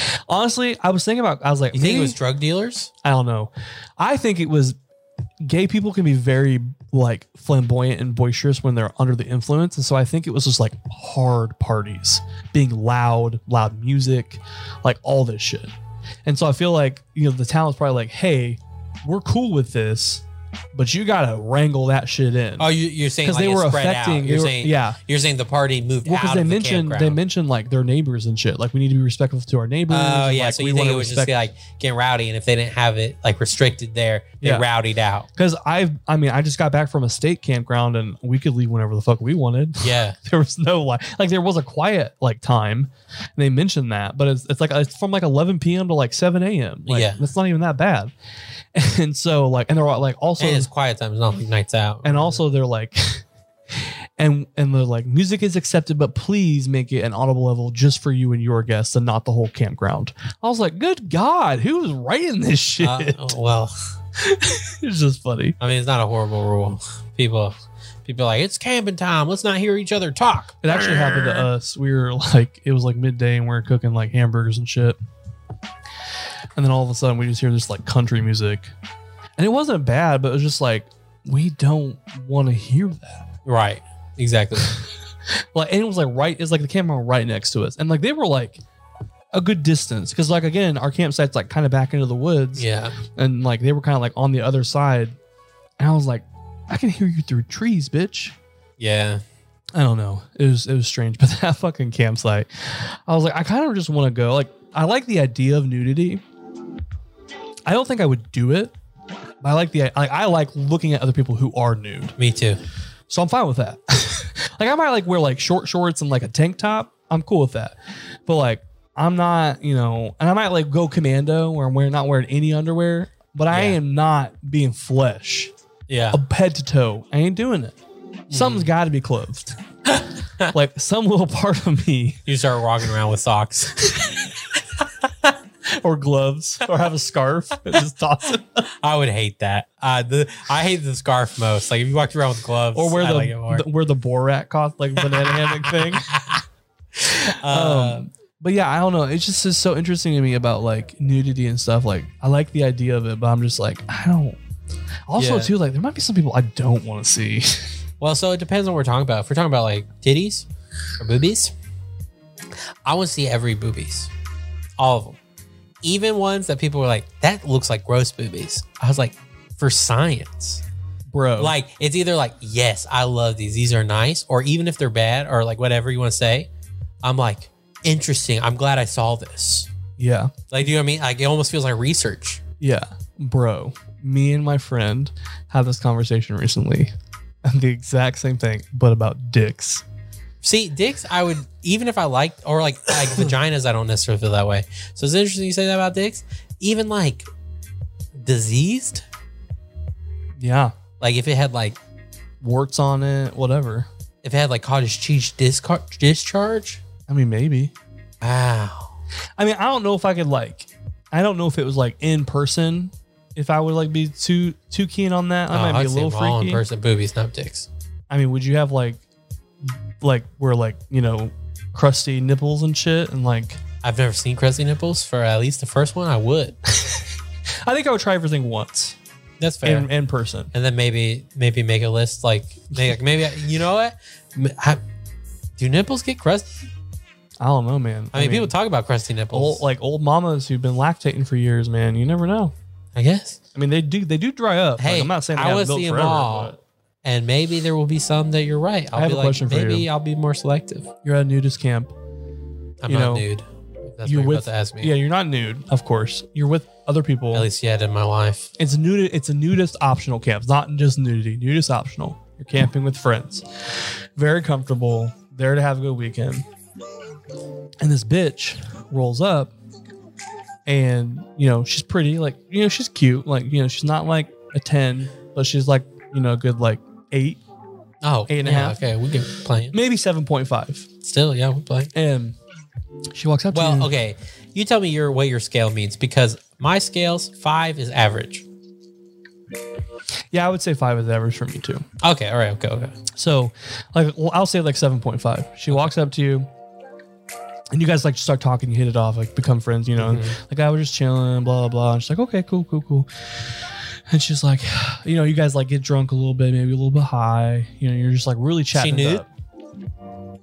<laughs> honestly, I was thinking about I was like
You think
maybe-
it was drug dealers?
I don't know. I think it was gay people can be very like flamboyant and boisterous when they're under the influence. And so I think it was just like hard parties, being loud, loud music, like all this shit. And so I feel like, you know, the town's probably like, hey, we're cool with this, but you got to wrangle that shit in.
Oh, you, you're saying
Because
like
they
it
were
spread
affecting,
Out.
they
You're
were-
saying
yeah.
You're saying the party moved
Well,
out
because they
of the
mentioned they
campground.
mentioned like their neighbors and shit. Like we need to be respectful to our neighbors.
Oh
and,
yeah,
like,
so
we
you think
wanna
it was just like
respect-
getting rowdy, and if they didn't have it like restricted there, they
Yeah.
rowdied out.
Because I've, I mean, I just got back from a state campground and we could leave whenever the fuck we wanted. <laughs>
Yeah,
There was no like, like there was a quiet like time, and they mentioned that, but it's, it's like it's from like 11 p.m. to like 7 a.m. Like,
Yeah.
that's not even that bad. <laughs> And so like, and they're all, like also,
and it's quiet time. It's not like nights out.
and also they're like, <laughs> and and they're like, music is accepted, but please make it an audible level just for you and your guests and not the whole campground. I was like, good God, who is writing this shit? <laughs>
Uh, well,
it's just funny.
I mean, it's not a horrible rule. People, people are like it's camping time. Let's not hear each other talk.
It actually happened to us. We were <laughs> like, it was like midday and we were cooking like hamburgers and shit. And then all of a sudden we just hear this like country music. And it wasn't bad, but it was just like, we don't want to hear that.
Right.
<laughs>
Exactly.
Like, and it was like right, it's like the camera right next to us. And like they were like a good distance. Cause like again, our campsite's like kind of back into the woods.
Yeah.
And like they were kind of like on the other side. And I was like, I can hear you through trees, bitch.
Yeah.
I don't know. It was it was strange, <laughs> but that fucking campsite, I was like, I kind of just want to go. Like, I like the idea of nudity. I don't think I would do it, I like the I, I like looking at other people who are nude.
Me too.
So I'm fine with that. <laughs> like I might like wear like short shorts and like a tank top. I'm cool with that. But like I'm not, you know, and I might like go commando where I'm wearing not wearing any underwear, but I
Yeah.
am not being flesh.
Yeah.
A head to toe. I ain't doing it.
Mm.
Something's got to
<laughs>
be clothed. like some little part of me
You start walking around with socks.
or gloves or have a scarf and just toss
<laughs>
it
I would hate that. Uh, the I hate the scarf most. Like if you walked around with gloves,
or wear
I
the,
like it more.
the wear the Borat cost like
<laughs>
banana hammock thing.
Uh,
um, but yeah, I don't know. It's just is so interesting to me about like nudity and stuff. Like I like the idea of it, but I'm just like I don't. Also,
Yeah.
too, like there might be some people I don't want to see. <laughs>
well, so it depends on what we're talking about. If we're talking about like titties or boobies, I want to see every boobies, all of them, even ones that people were like, "That looks like gross boobies." I was like, for science.
Bro,
Like it's either like, yes, I love these. These are nice, or even if they're bad, or like whatever you want to say, I'm like, interesting. I'm glad I saw this.
yeah,
Like, do you know what I mean? Like, it almost feels like research.
yeah, bro. Me and my friend had this conversation recently, and the exact same thing, but about dicks.
See, dicks, I would even if I liked or like
<coughs>
like vaginas, I don't necessarily feel that way. So it's interesting you say that about dicks. Even like diseased,
Yeah,
like if it had like
warts on it, whatever.
if it had like cottage cheese discar- discharge.
I mean, maybe.
Wow.
I mean, I don't know if I could like. I don't know if it was like in person. If I would like be too too keen on that, I
Oh,
might be
I'd
a
say
little
them all in
freaky.
person boobies, not dicks.
I mean, would you have like, like where like you know, crusty nipples and shit, and like
I've never seen crusty nipples. For at least the first one, I
<laughs>
would.
I think I would try everything once
That's fair.
in in person.
and then maybe maybe make a list like make, like, maybe you know what M- I- do nipples get crusty
I don't know, man.
i mean, people talk about crusty nipples
old, like old mamas who've been lactating for years, man. You never know.
i guess
I mean, they do they do dry up. Like,
Hey,
I'm not saying they
I
have
wanna
milk
see 'em
forever,
all.
but
and maybe there will be some that you're right i'll
have
be
a
like
question for
maybe
you.
i'll be more selective
you're at a nudist camp.
i'm
You
not
know,
nude that's
you're
what you're
with
about to ask me
Yeah, you're not nude, of course. You're with other people.
at least yet in my life
It's a nudist. It's a nudist optional camp. It's not just nudity. Nudist optional. You're camping with friends. Very comfortable. There to have a good weekend. And this bitch rolls up, and you know she's pretty. Like you know she's cute. Like you know she's not like a ten, but she's like you know a good like eight,
oh
Eight and a
yeah,
half.
okay we can playing
maybe seven point five.
still yeah we're playing
And she walks up to
well
you.
okay you tell me your what your scale means because my scales five is average
Yeah, I would say five is average for me too.
okay all right okay okay
So, like, well, I'll say like seven point five. She walks up to you, and you guys like start talking. You hit it off, like become friends. You know, and,
Mm-hmm.
like I was just chilling, blah blah blah. And she's like, okay, cool, cool, cool. And she's like, you know, you guys like get drunk a little bit, maybe a little bit high. You know, you're just like really chatting. it
nude?
up.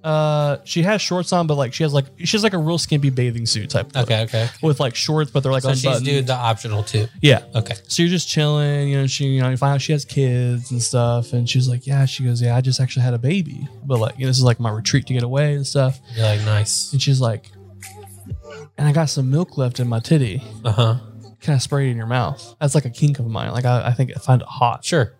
Uh, she has shorts on, but like she has like she's like a real skimpy bathing suit type. look.
okay okay
With like shorts, but they're like
so she's
unbuttoned.
doing the optional too
yeah.
okay
So you're just chilling, you know. She, you know, you find out she has kids and stuff, and she's like, "Yeah." She goes, "Yeah, I just actually had a baby, but like, you know, this is like my retreat to get away and stuff."
you're like nice
And she's like, "And I got some milk left in my titty.
Uh huh.
Can I spray it in your mouth?" That's like a kink of mine. Like I, I think I find it hot. <laughs>
Sure.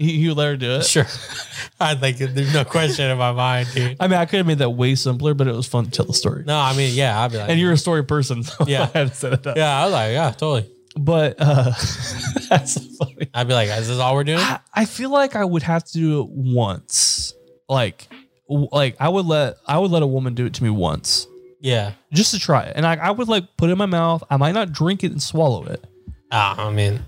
You, you let her do it.
Sure. <laughs> I think there's no question in my mind, dude.
I mean, I could have made that way simpler, but it was fun to tell the story.
No, I mean, yeah, I'd be like,
And you're a story person, <laughs> so
Yeah.
I had to set it up.
yeah, I was like, yeah, totally.
But uh, <laughs> that's so funny.
I'd be like, is this all we're doing?
I, I feel like I would have to do it once. Like, w- like I would let I would let a woman do it to me once
Yeah.
just to try it, and I, I would like put it in my mouth. I might not drink it and swallow it,
Ah, I mean,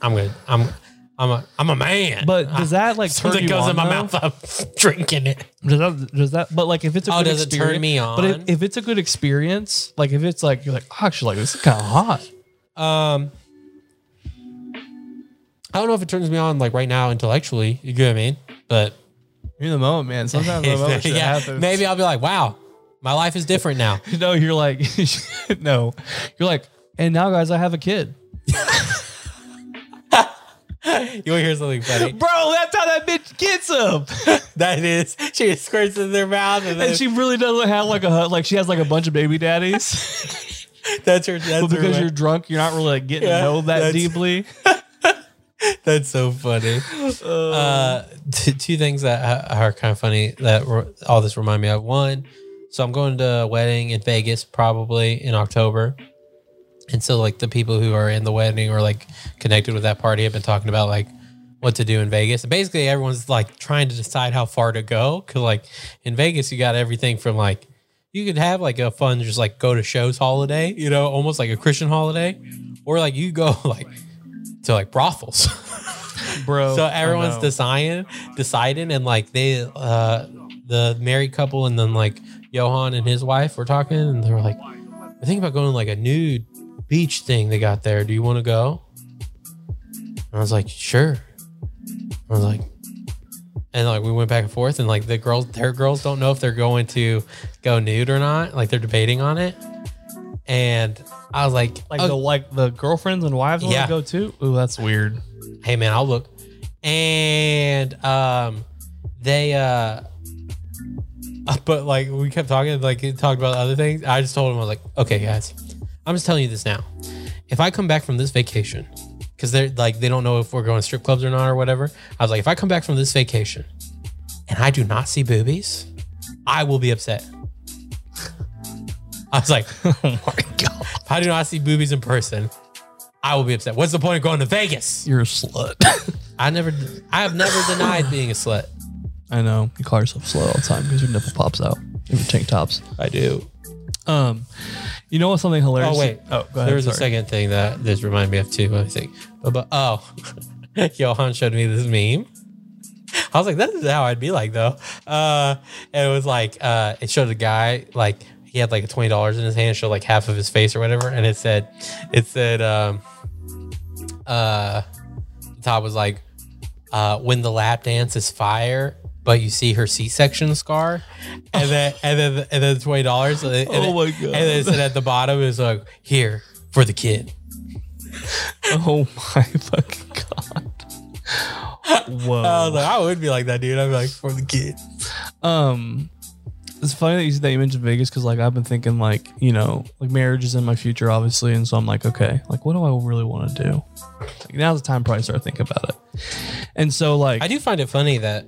I'm good. I'm, I'm a, I'm a man.
but
<laughs>
does that like turn
Ah, something
you
goes
on,
in my mouth,
though?
I'm <laughs> drinking it.
Does that, does that? But like if it's a
Oh,
good
does it
experience,
turn me on?
But if, if it's a good experience, like if it's like you're like oh, actually like this is kind of hot.
Um, I don't know if it turns me on like right now intellectually. You get what I mean? But
You're in the moment, man.
<laughs>
Sometimes the moment shit
yeah,
happens.
maybe I'll be like, wow, my life is different now.
<laughs> no, you're like <laughs> no, you're like and now guys, I have a kid.
You want to hear something funny?
Bro, that's how that bitch gets up.
<laughs> That is, she squirts in their mouth, and, then
And she really doesn't have like a hu- like she has like a bunch of baby daddies,
that's her. That's
<laughs> but
her
because
way.
you're drunk, you're not really like getting
Yeah,
to know that
that's-
deeply.
<laughs> That's so funny. Uh, t- two things that ha- are kind of funny that re- all this remind me of. One, so I'm going to a wedding in Vegas probably in October, and so like the people who are in the wedding or like connected with that party have been talking about like what to do in Vegas. And basically, everyone's like trying to decide how far to go because like in Vegas you got everything from like you could have like a fun just like go to shows holiday, you know, almost like a Christian holiday, or like you go <laughs> like to like brothels. <laughs>
bro.
So
I
everyone's
know.
deciding, deciding, and like they, uh, the married couple, and then like Johan and his wife were talking, and they were like, "I think about going to like a nude beach thing they got there. Do you want to go?" And I was like, "Sure." I was like, and like we went back and forth, and like the girls, their girls don't know if they're going to go nude or not. Like they're debating on it, and I was like,
like
"Okay."
the like the girlfriends and wives want
Yeah.
to go too. Ooh, that's <laughs> weird.
hey man i'll look and um they uh <laughs> but like we kept talking like it talked about other things i just told him i was like okay guys i'm just telling you this now if i come back from this vacation because they're like they don't know if we're going to strip clubs or not or whatever i was like if i come back from this vacation and i do not see boobies i will be upset <laughs> i was like oh my god if i do not see boobies in person i will be upset what's the point of going to vegas
You're a slut.
I never, I have never denied being a slut.
<laughs> I know. You call yourself slut all the time because your nipple pops out. Even tank tops.
I do.
Um, you know what's something hilarious?
Oh wait,
Oh, go ahead.
There was
sorry.
a second thing that this reminded me of too. Let me think. But, but oh, <laughs> Johan showed me this meme. I was like, "This is how I'd be like though." Uh, and it was like, uh, it showed a guy like he had like twenty dollars in his hand, showed like half of his face or whatever, and it said, it said, um, uh, Todd was like, uh, when the lap dance is fire, but you see her C-section scar, and then <laughs> and then and then twenty dollars. Oh and
Oh my
And then it said at the bottom is like here for the kid.
<laughs> Oh my fucking god. <laughs> Whoa.
I was like, I would be like that, dude. I'd be like for the kid.
Um, it's funny that you, that you mentioned Vegas because, like, I've been thinking, like, you know, like marriage is in my future, obviously, and so I'm like, okay, like, what do I really want to do? Like, now's the time probably to start thinking about it. And so, like,
I do find it funny that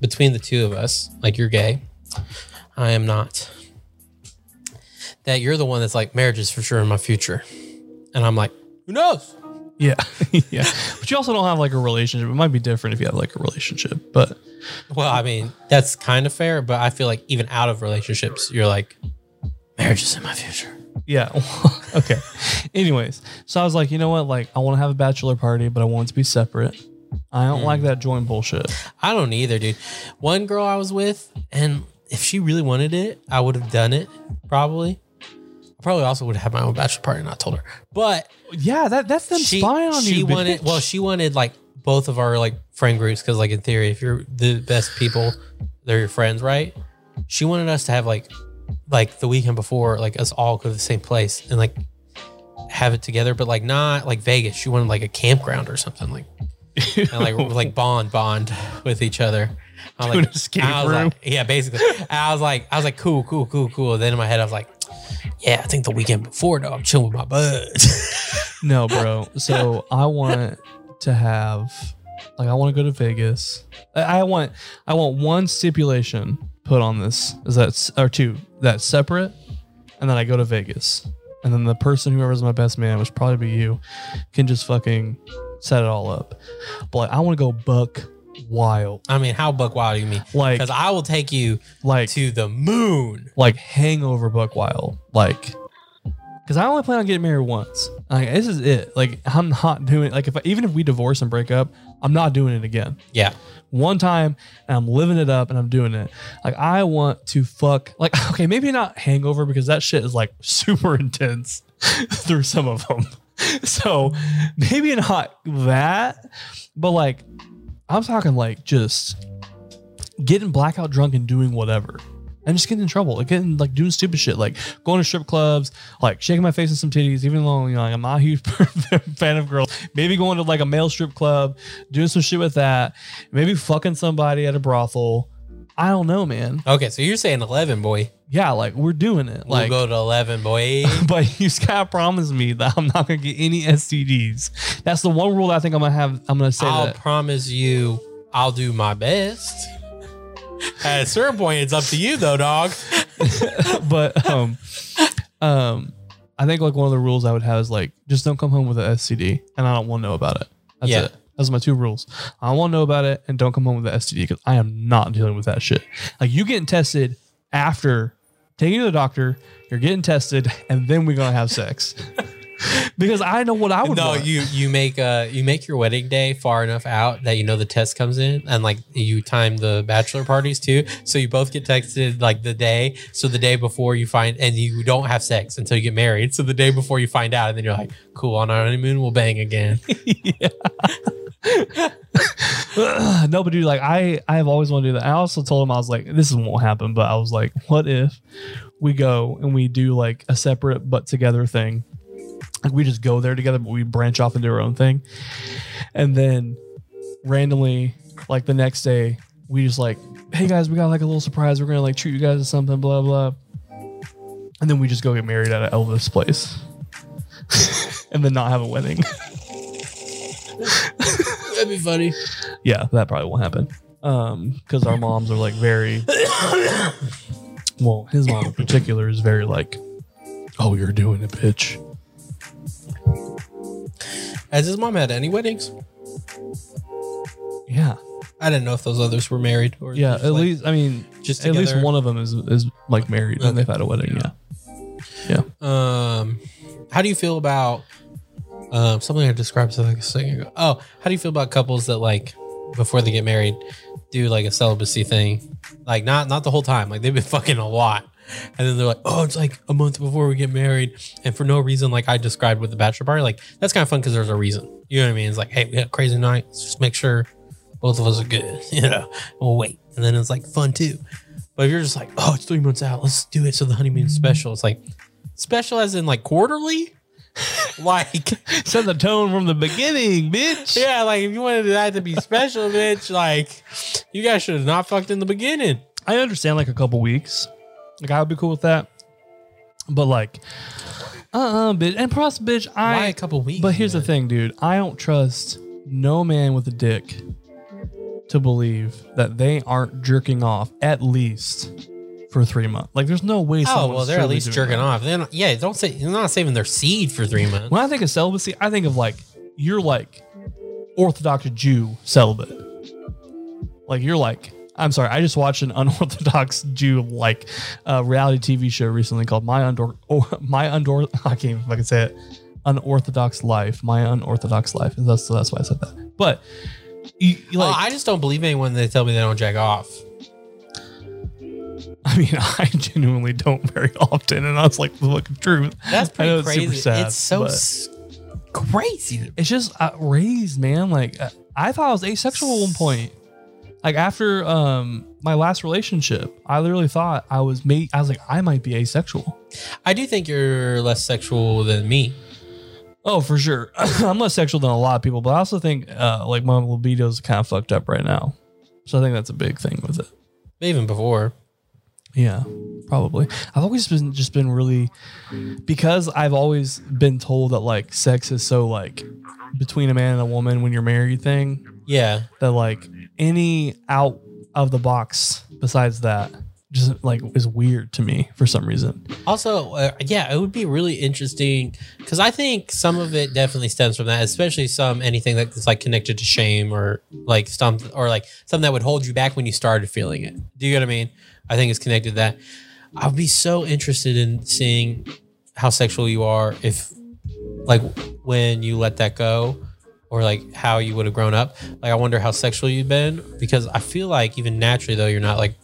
between the two of us, like you're gay, I am not. That you're the one that's like marriage is for sure in my future, and I'm like, who knows?
yeah, <laughs> yeah, but you also don't have like a relationship. It might be different if you have like a relationship, but
Well, I mean, that's kind of fair, but I feel like even out of relationships, you're like, marriage is in my future.
yeah, <laughs> okay. Anyways, so I was like, you know what? Like, I want to have a bachelor party, but I want it to be separate. I don't like that joint bullshit.
I don't either, dude. One girl I was with, and if she really wanted it, I would have done it probably. I probably also would have had my own bachelor party and I told her. But
Yeah, that that's them
she,
spying on
she
you.
wanted,
bitch.
well, she wanted like both of our like friend groups because, like, in theory, if you're the best people, they're your friends, right? She wanted us to have like, like the weekend before, like us all go to the same place and like have it together, but like not like Vegas. She wanted like a campground or something, like and
<laughs>
like like bond bond with each other. I'm
an escape
I was like-
room.
yeah, basically. I was like, I was like, cool, cool, cool, cool. Then in my head, I was like, yeah, I think the weekend before though, I'm chilling with my buds. <laughs>
No, bro. So I want to have like I want to go to Vegas. I, I want I want one stipulation put on this is that s- or two that's separate, and then I go to Vegas, and then the person whoever's my best man, which probably be you, can just fucking set it all up. But like, I want to go buck wild,
I mean, how buck wild do you mean?
like
Because I will take you
like
to the moon.
like hangover buck wild, like. Cause I only plan on getting married once. Like this is it. Like I'm not doing. Like if I, even if we divorce and break up, I'm not doing it again.
Yeah.
One time, and I'm living it up, and I'm doing it. Like I want to fuck. Like <laughs> okay, maybe not hangover because that shit is like <laughs> super intense <laughs> through some of them. <laughs> So maybe not that, but like I'm talking like just getting blackout drunk and doing whatever. And just getting in trouble, like getting like doing stupid shit, like going to strip clubs, like shaking my face in some titties, even though you know, like, I'm not a huge <laughs> fan of girls. Maybe going to like a male strip club, doing some shit with that, maybe fucking somebody at a brothel. I don't know, man.
Okay, so you're saying 11, boy.
Yeah, like we're doing it. Like,
we'll go to 11,
<laughs>
boy.
but you just gotta promise me that I'm not gonna get any STDs. That's the one rule I think I'm gonna have. I'm gonna say
I'll
that.
promise you I'll do my
<laughs>
best. At a certain point, it's up to you, though, dog.
<laughs> but um, um, I think like one of the rules I would have is like just don't come home with an STD, and I don't want to know about it. That's
Yeah.
it. Those are my two rules. I want to know about it, and don't come home with an STD because I am not dealing with that shit. Like you getting tested after taking you to the doctor, you're getting tested, and then we're gonna have sex. <laughs> because I know what I would.
No,
want.
you you make uh you make your wedding day far enough out that you know the test comes in, and like you time the bachelor parties too, so you both get texted like the day. So the day before you find, and you don't have sex until you get married. So the day before you find out, and then you're like, cool, on our honeymoon we'll bang
<laughs>
again.
Ugh, <sighs> no, but dude, like I, I have always wanted to do that. I also told him I was like, this won't happen, but I was like, what if we go and we do like a separate but together thing? Like we just go there together, but we branch off and do our own thing, and then randomly, like the next day, we just like, hey guys, we got like a little surprise. We're gonna like treat you guys to something, blah blah, and then we just go get married at an Elvis place, <laughs> and then not have a wedding.
That'd be funny.
yeah, that probably won't happen. Um, because our moms are like very <coughs> well, his mom in particular is very like, Oh, you're doing it, bitch.
Has his mom had any weddings?
Yeah.
I didn't know if those others were married or
Yeah.
just,
At
like,
least I mean
just
at least
together.
one of them is is like married and they've had a wedding, yeah.
Um, how do you feel about um something I described something like a second ago? Oh, how do you feel about couples that like before they get married do like a celibacy thing? Like not not the whole time. Like they've been <laughs> fucking a lot, and then they're like, oh, it's like a month before we get married, and for no reason, like I described with the bachelor party. Like that's kind of fun because there's a reason. You know what I mean? It's like, hey, we had a crazy night. Let's just make sure both of us are good. <laughs> You know, and we'll wait, and then it's like fun too. But if you're just like, oh, it's three months out, let's do it. So the honeymoon special. It's like special as in like quarterly <laughs> like
Set the tone from the beginning, bitch.
yeah like if you wanted that to be special bitch like you guys should have not fucked in the beginning
I understand like a couple weeks. Like I would be cool with that. But like uh uh bitch and plus bitch I
why a couple weeks
But here's the thing, dude. I don't trust no man with a dick to believe that they aren't jerking off at least for three months. Like, there's no way.
oh
someone's
well they're at
truly
least
doing
jerking
that.
off then yeah don't say you're not saving their seed for three months
When I think of celibacy, I think of like you're like Orthodox Jew celibate. Like you're like I'm sorry. I just watched an <laughs> unorthodox Jew like uh, reality TV show recently called My Undor or <laughs> My Undor. I can't even fucking say it. Unorthodox life. My unorthodox life. And that's so that's why I said that. But you, you
Oh,
like,
i just don't believe anyone when they tell me they don't jack off
<laughs> I, mean, I genuinely don't very <laughs> often, and that's like the fucking truth.
that's
I
pretty
know
crazy
It's,
it's,
super
so
sad, but-
s- crazy
it's just uh, raised, man. Like I- I thought I was asexual at one point. Like after um my last relationship, I literally thought I was mate. I was like, I might be asexual.
i do think you're less sexual than me
Oh, for sure. <laughs> I'm less sexual than a lot of people, but I also think uh like my libido's kind of fucked up right now. So I think that's a big thing with it.
even before
Yeah, probably. I've always been just been really because I've always been told that like sex is so like between a man and a woman when you're married thing.
yeah
that like any out of the box besides that just like is weird to me for some reason.
Also, uh, yeah, it would be really interesting because I think some of it definitely stems from that, especially some anything that's like connected to shame or like something or like something that would hold you back when you started feeling it. Do you get what I mean? I think it's connected to that. I'd be so interested in seeing how sexual you are if like when you let that go or like how you would have grown up. Like I wonder how sexual you've been because I feel like even naturally though you're not like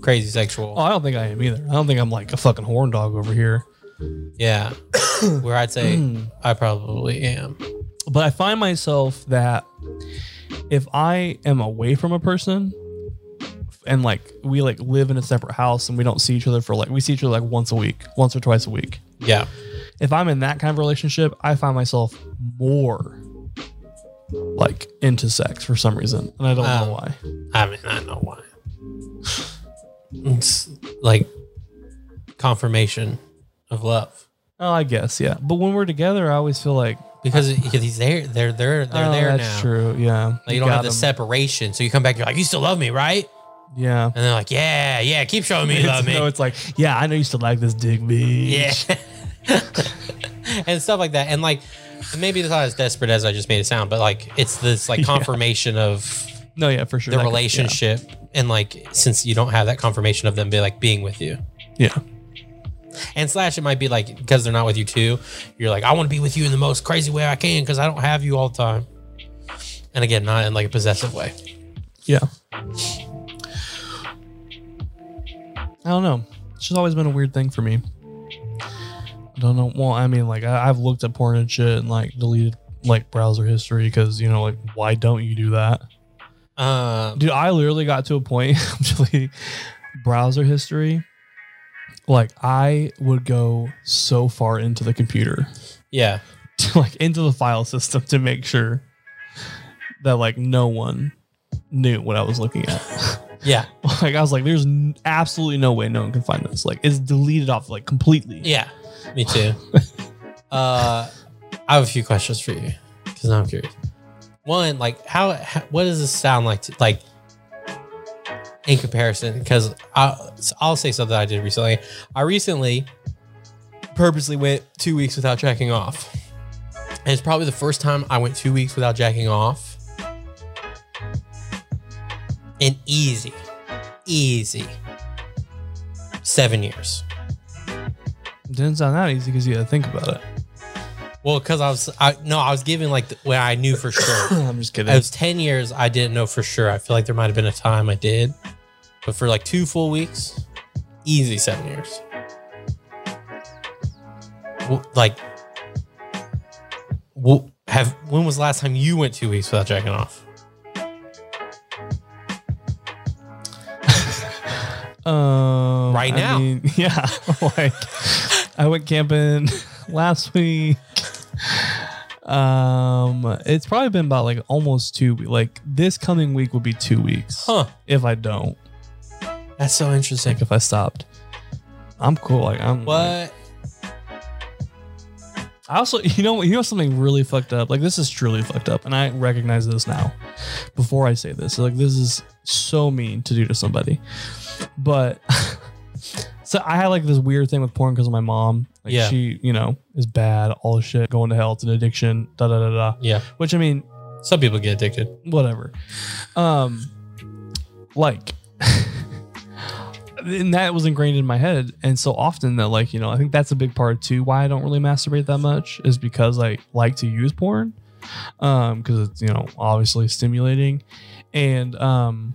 crazy sexual.
Oh, I don't think I am either. I don't think I'm like a fucking horn dog over here. <coughs>
Yeah. Where I'd say
Hmm.
I probably am.
But I find myself that if I am away from a person and like we like live in a separate house and we don't see each other for like we see each other like once a week, once or twice a week.
Yeah.
If I'm in that kind of relationship, I find myself more like into sex for some reason, and I don't know
Oh.
why.
I mean, I know why. It's like confirmation of love
Oh, I guess, yeah. But when we're together, I always feel like
because he's there. They're there. They're
oh,
there
That's
now.
true. Yeah.
Like, you don't have
got
the
'em.
separation. So you come back, you're like, you still love me, right?
Yeah.
And they're like, yeah, yeah, keep showing
<laughs>
me <laughs> you love
It's-
me.
No, it's like, yeah, I know you still like this dick beach.
yeah. <laughs> and stuff like that. And like, maybe it's not as desperate as I just made it sound, but like, it's this
<laughs>
like confirmation of
No, yeah, for sure.
the
That could- yeah.
relationship. And like, since you don't have that confirmation of them be like being with you.
Yeah.
And slash, it might be like, because they're not with you too, you're like, I want to be with you in the most crazy way I can because I don't have you all the time. And again, not in like a possessive way.
Yeah. I don't know. It's just always been a weird thing for me. I don't know. Well, I mean, like I, I've looked at porn and shit and like deleted like browser history because you know, like why don't you do that,
Um,
dude? I literally got to a point <laughs> I'm deleting browser history. Like I would go so far into the computer, <laughs>
yeah.
to, like into the file system to make sure that like no one knew what I was looking at. <laughs>
Yeah.
Like I was like, there's n- absolutely no way no one can find this. Like it's deleted off like completely.
Yeah, me too. uh, I have a few questions for you because I'm curious. One, like, how, how what does this sound like? To, like, in comparison, because I'll say something I did recently. I recently purposely went two weeks without jacking off, and it's probably the first time I went two weeks without jacking off. And easy, easy. Seven years.
Didn't sound that easy because you had to think about it.
Well, because I was, I no, I was giving like the, when I knew for sure.
<clears throat>
<coughs>
I'm just kidding.
it was ten years. I didn't know for sure. I feel like there might have been a time I did, but for like two full weeks, easy seven years. Well, like, well, have when was the last time you went two weeks without jacking off?
um,
Right
I
now.
mean, <laughs> yeah. like I went camping <laughs> last week. Um, it's probably been about like almost two. we- Like this coming week would be two weeks
Huh?
if I don't.
That's so interesting.
Like if I stopped, I'm cool. Like I'm.
What?
I also, <laughs> you know, you know something really fucked up. Like this is truly fucked up, and I recognize this now. Before I say this, like this is so mean to do to somebody. But <laughs> so I had like this weird thing with porn because of my mom. Like
Yeah.
she, you know, is bad, all this shit, going to hell, it's an addiction, da da da da.
Yeah.
Which I mean,
Some people get addicted.
whatever. Um, like, <laughs> and that was ingrained in my head. And so often that, like, you know, I think that's a big part too why I don't really masturbate that much is because I like to use porn, um, because it's you know obviously stimulating, and um.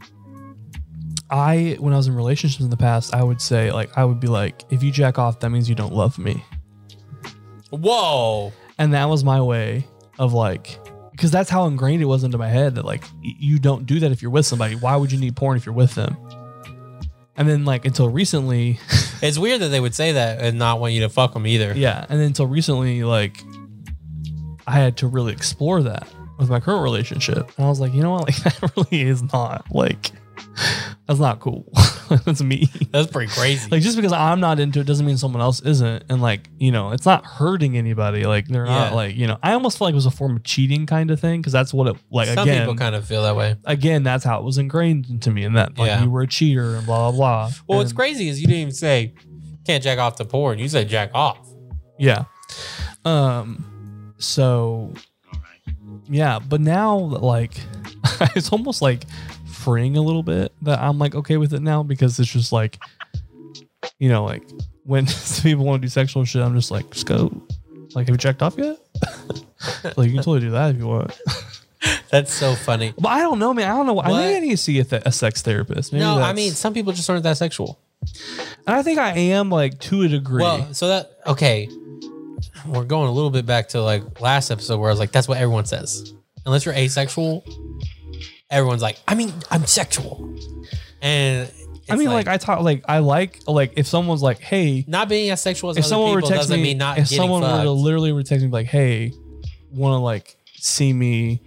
I, when I was in relationships in the past, I would say, like, I would be like, if you jack off, that means you don't love me.
Whoa.
And that was my way of like, because that's how ingrained it was into my head that like, y- you don't do that if you're with somebody. Why would you need porn if you're with them? And then like until recently, <laughs>
It's weird that they would say that and not want you to fuck them either.
yeah. And then until recently, like, I had to really explore that with my current relationship. And I was like, you know what? <laughs> Like, that really is not like, that's not cool. <laughs> that's me.
That's pretty crazy.
Like just because I'm not into it doesn't mean someone else isn't. And like, you know, it's not hurting anybody. Like they're
Yeah.
not like, you know, I almost feel like it was a form of cheating kind of thing. Cause that's what it like
Some
again,
people kind of feel that way.
again, that's how it was ingrained into me and that like
Yeah.
you were a cheater and blah blah blah.
Well, what's
And-
crazy is you didn't even say can't jack off to porn. You said jack off.
Yeah. Um so yeah, but now like <laughs> it's almost like freeing a little bit that I'm like okay with it now because it's just like you know, like when <laughs> some people want to do sexual shit, I'm just like, just go. Like, have you checked off yet? <laughs> like, you can totally do that if you want.
That's so funny.
But I don't know, man. I don't know. I think I
What?
need to see a, th- a sex therapist. Maybe
no, I
that's-
mean some people just aren't that sexual.
and I think I am like to a degree.
Well, so that okay, we're going a little bit back to like last episode where I was like, that's what everyone says. Unless you're asexual, everyone's like, I mean, I'm sexual, and
I mean, like, I talk like I like like if someone's like, hey,
not being as sexual as
if
other
someone were
people
texting
doesn't
me,
mean not
if
getting
someone were
fucked.
to literally were texting me like, "Hey, want to like see me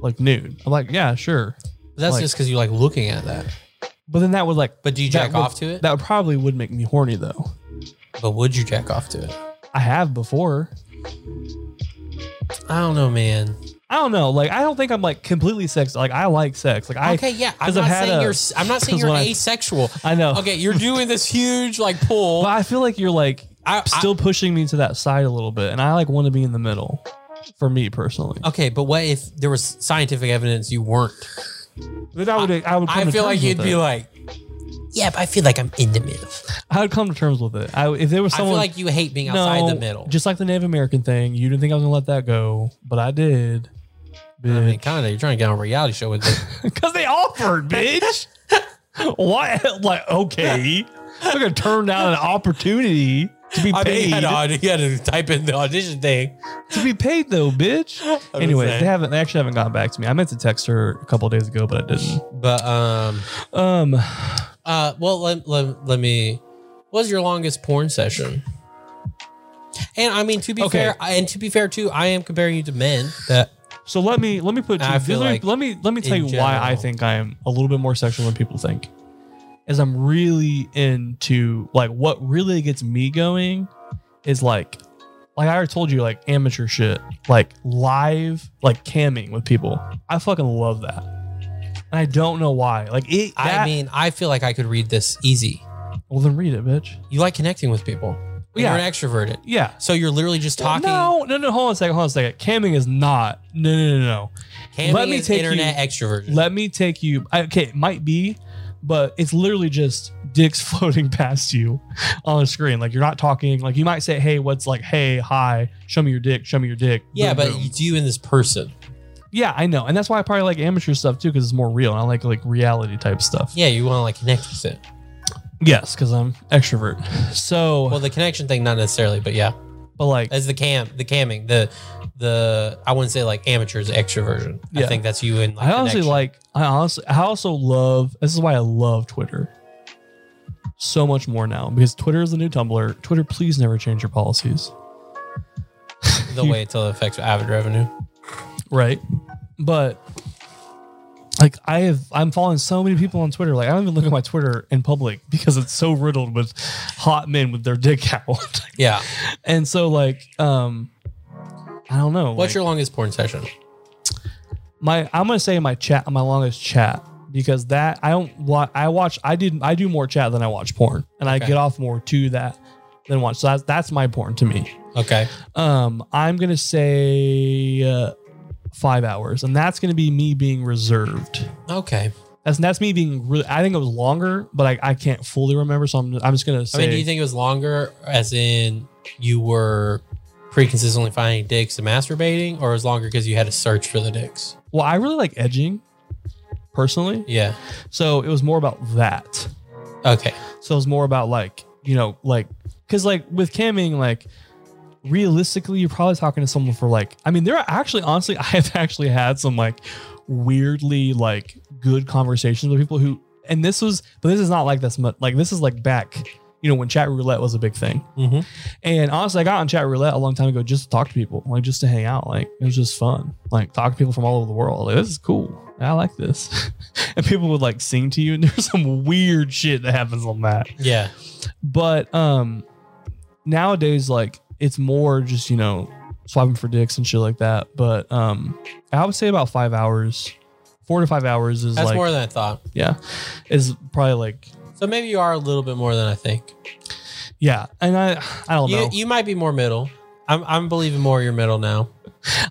like nude?" I'm like, "Yeah, sure."
That's
like-
just because you like looking at that.
But then that would like.
But do you
that
jack
would-
off to it?
That probably would make me horny though.
But would you jack off to it?
I have before.
I don't know, man.
I don't know. Like I don't think I'm like completely sex. Like I like sex. Like I
okay, yeah. I'm
'cause I've
not
had
saying
a-
you're. s- I'm not saying
<laughs> 'cause
you're
when I-
asexual.
I know.
Okay, you're doing this huge like pull.
But I feel like you're like
I- I-
still pushing me to that side a little bit, and I like want to be in the middle. For me personally,
Okay, but what if there was scientific evidence you weren't?
then I would I would. Come
I
to
feel
terms
like you'd
with
be
it.
like, yeah, but I feel like I'm in the middle.
I would come to terms with it. I, if there was
I feel
someone
like you hate being outside the middle.
just like the Native American thing, you didn't think I was gonna let that go, but
<laughs>
I did.
I mean,
Bitch.
kind of. You're trying to get on a reality show
<laughs>
with it.
Because they
<laughs>
offered, bitch. Why? Like, okay. I'm going to turn down an opportunity to be
I mean,
paid.
you had, to, aud- you had to type in the audition thing.
to be paid, though, bitch.
I'm
Anyways,
saying.
they haven't, they actually haven't gotten back to me. I meant to text her a couple days ago, but I didn't.
But um,
Um,
uh, well, let, let, let me. What was your longest porn session? And I mean, to be
Okay.
fair, and to be fair too, I am comparing you to men that
so let me, let me put,
I feel
let, me-
like
let me, let me tell
in
you why I
general-
think I'm a little bit more sexual than people think. Is I'm really into like what really gets me going is like like I already told you, like amateur shit, like live, like camming with people. I fucking love that, and I don't know why. Like it.
I
that-
mean, I feel like I could read this easy.
well, then read it, bitch.
You like connecting with people. Yeah.
Yeah.
You're an extroverted.
Yeah.
So you're literally just talking.
No, no, no. Hold on a second. Hold on a second. Camming is not. No, no, no, no.
Camming
Let me
is
take you-
internet extroversion.
Let me take you. I, okay, it might be, but it's literally just dicks <laughs> floating past you on a screen. Like you're not talking. Like you might say, "Hey, what's like? Hey, hi. Show me your dick. Show me your dick."
yeah,
Boom,
but
boom.
you do in this person.
Yeah, I know, and that's why I probably like amateur stuff too, because it's more real. And I like like reality type stuff.
Yeah, you want to like connect with it.
Yes, because I'm extrovert. So,
Well, the connection thing, not necessarily, but yeah,
but like,
as the cam, the camming, the the I wouldn't say like amateurs extroversion.
Yeah.
I think that's you and like,
I honestly
connection.
like. I honestly, I also love. This is why I love Twitter so much more now because Twitter is the new Tumblr. Twitter, please never change your policies.
the way until it affects avid revenue.
right? But like I have, I'm following so many people on Twitter. Like I don't even look at my Twitter in public because it's so riddled with hot men with their dick out. <laughs>
Yeah.
and so like, um, I don't know.
What's
like,
your longest porn session?
my? I'm gonna say my chat, my longest chat because that I don't. wa- I watch. I did. I do more chat than I watch porn, and I
Okay.
get off more to that than watch. So that's that's my porn to me.
Okay.
Um, I'm gonna say uh, five hours, and that's gonna be me being reserved.
Okay.
That's that's me being really. I think it was longer, but I, I can't fully remember, so I'm, I'm just gonna
I
say.
mean, do you think it was longer, as in you were pretty consistently finding dicks and masturbating, or it was longer because you had to search for the dicks?
well, I really like edging, personally.
Yeah.
So it was more about that.
Okay.
So it was more about like you know like because like with camming like realistically you're probably talking to someone for like I mean there are actually honestly <laughs> I have actually had some like weirdly like good conversations with people who and this was but this is not like this much like this is like back you know when chat roulette was a big thing
Mm-hmm.
And honestly, I got on chat roulette a long time ago just to talk to people, like just to hang out. Like it was just fun. Like talk to people from all over the world. Like, this is cool. I like this. <laughs> and people would like sing to you, and <laughs> there's some weird shit that happens on that.
Yeah.
But um nowadays, like it's more just, you know, swapping for dicks and shit like that. But um I would say about five hours. Four to five hours is
That's
like
more than I thought.
yeah. Is probably like
So maybe you are a little bit more than I think.
yeah. And I I don't
You,
know.
you might be more middle. I'm, I'm believing more you're middle now.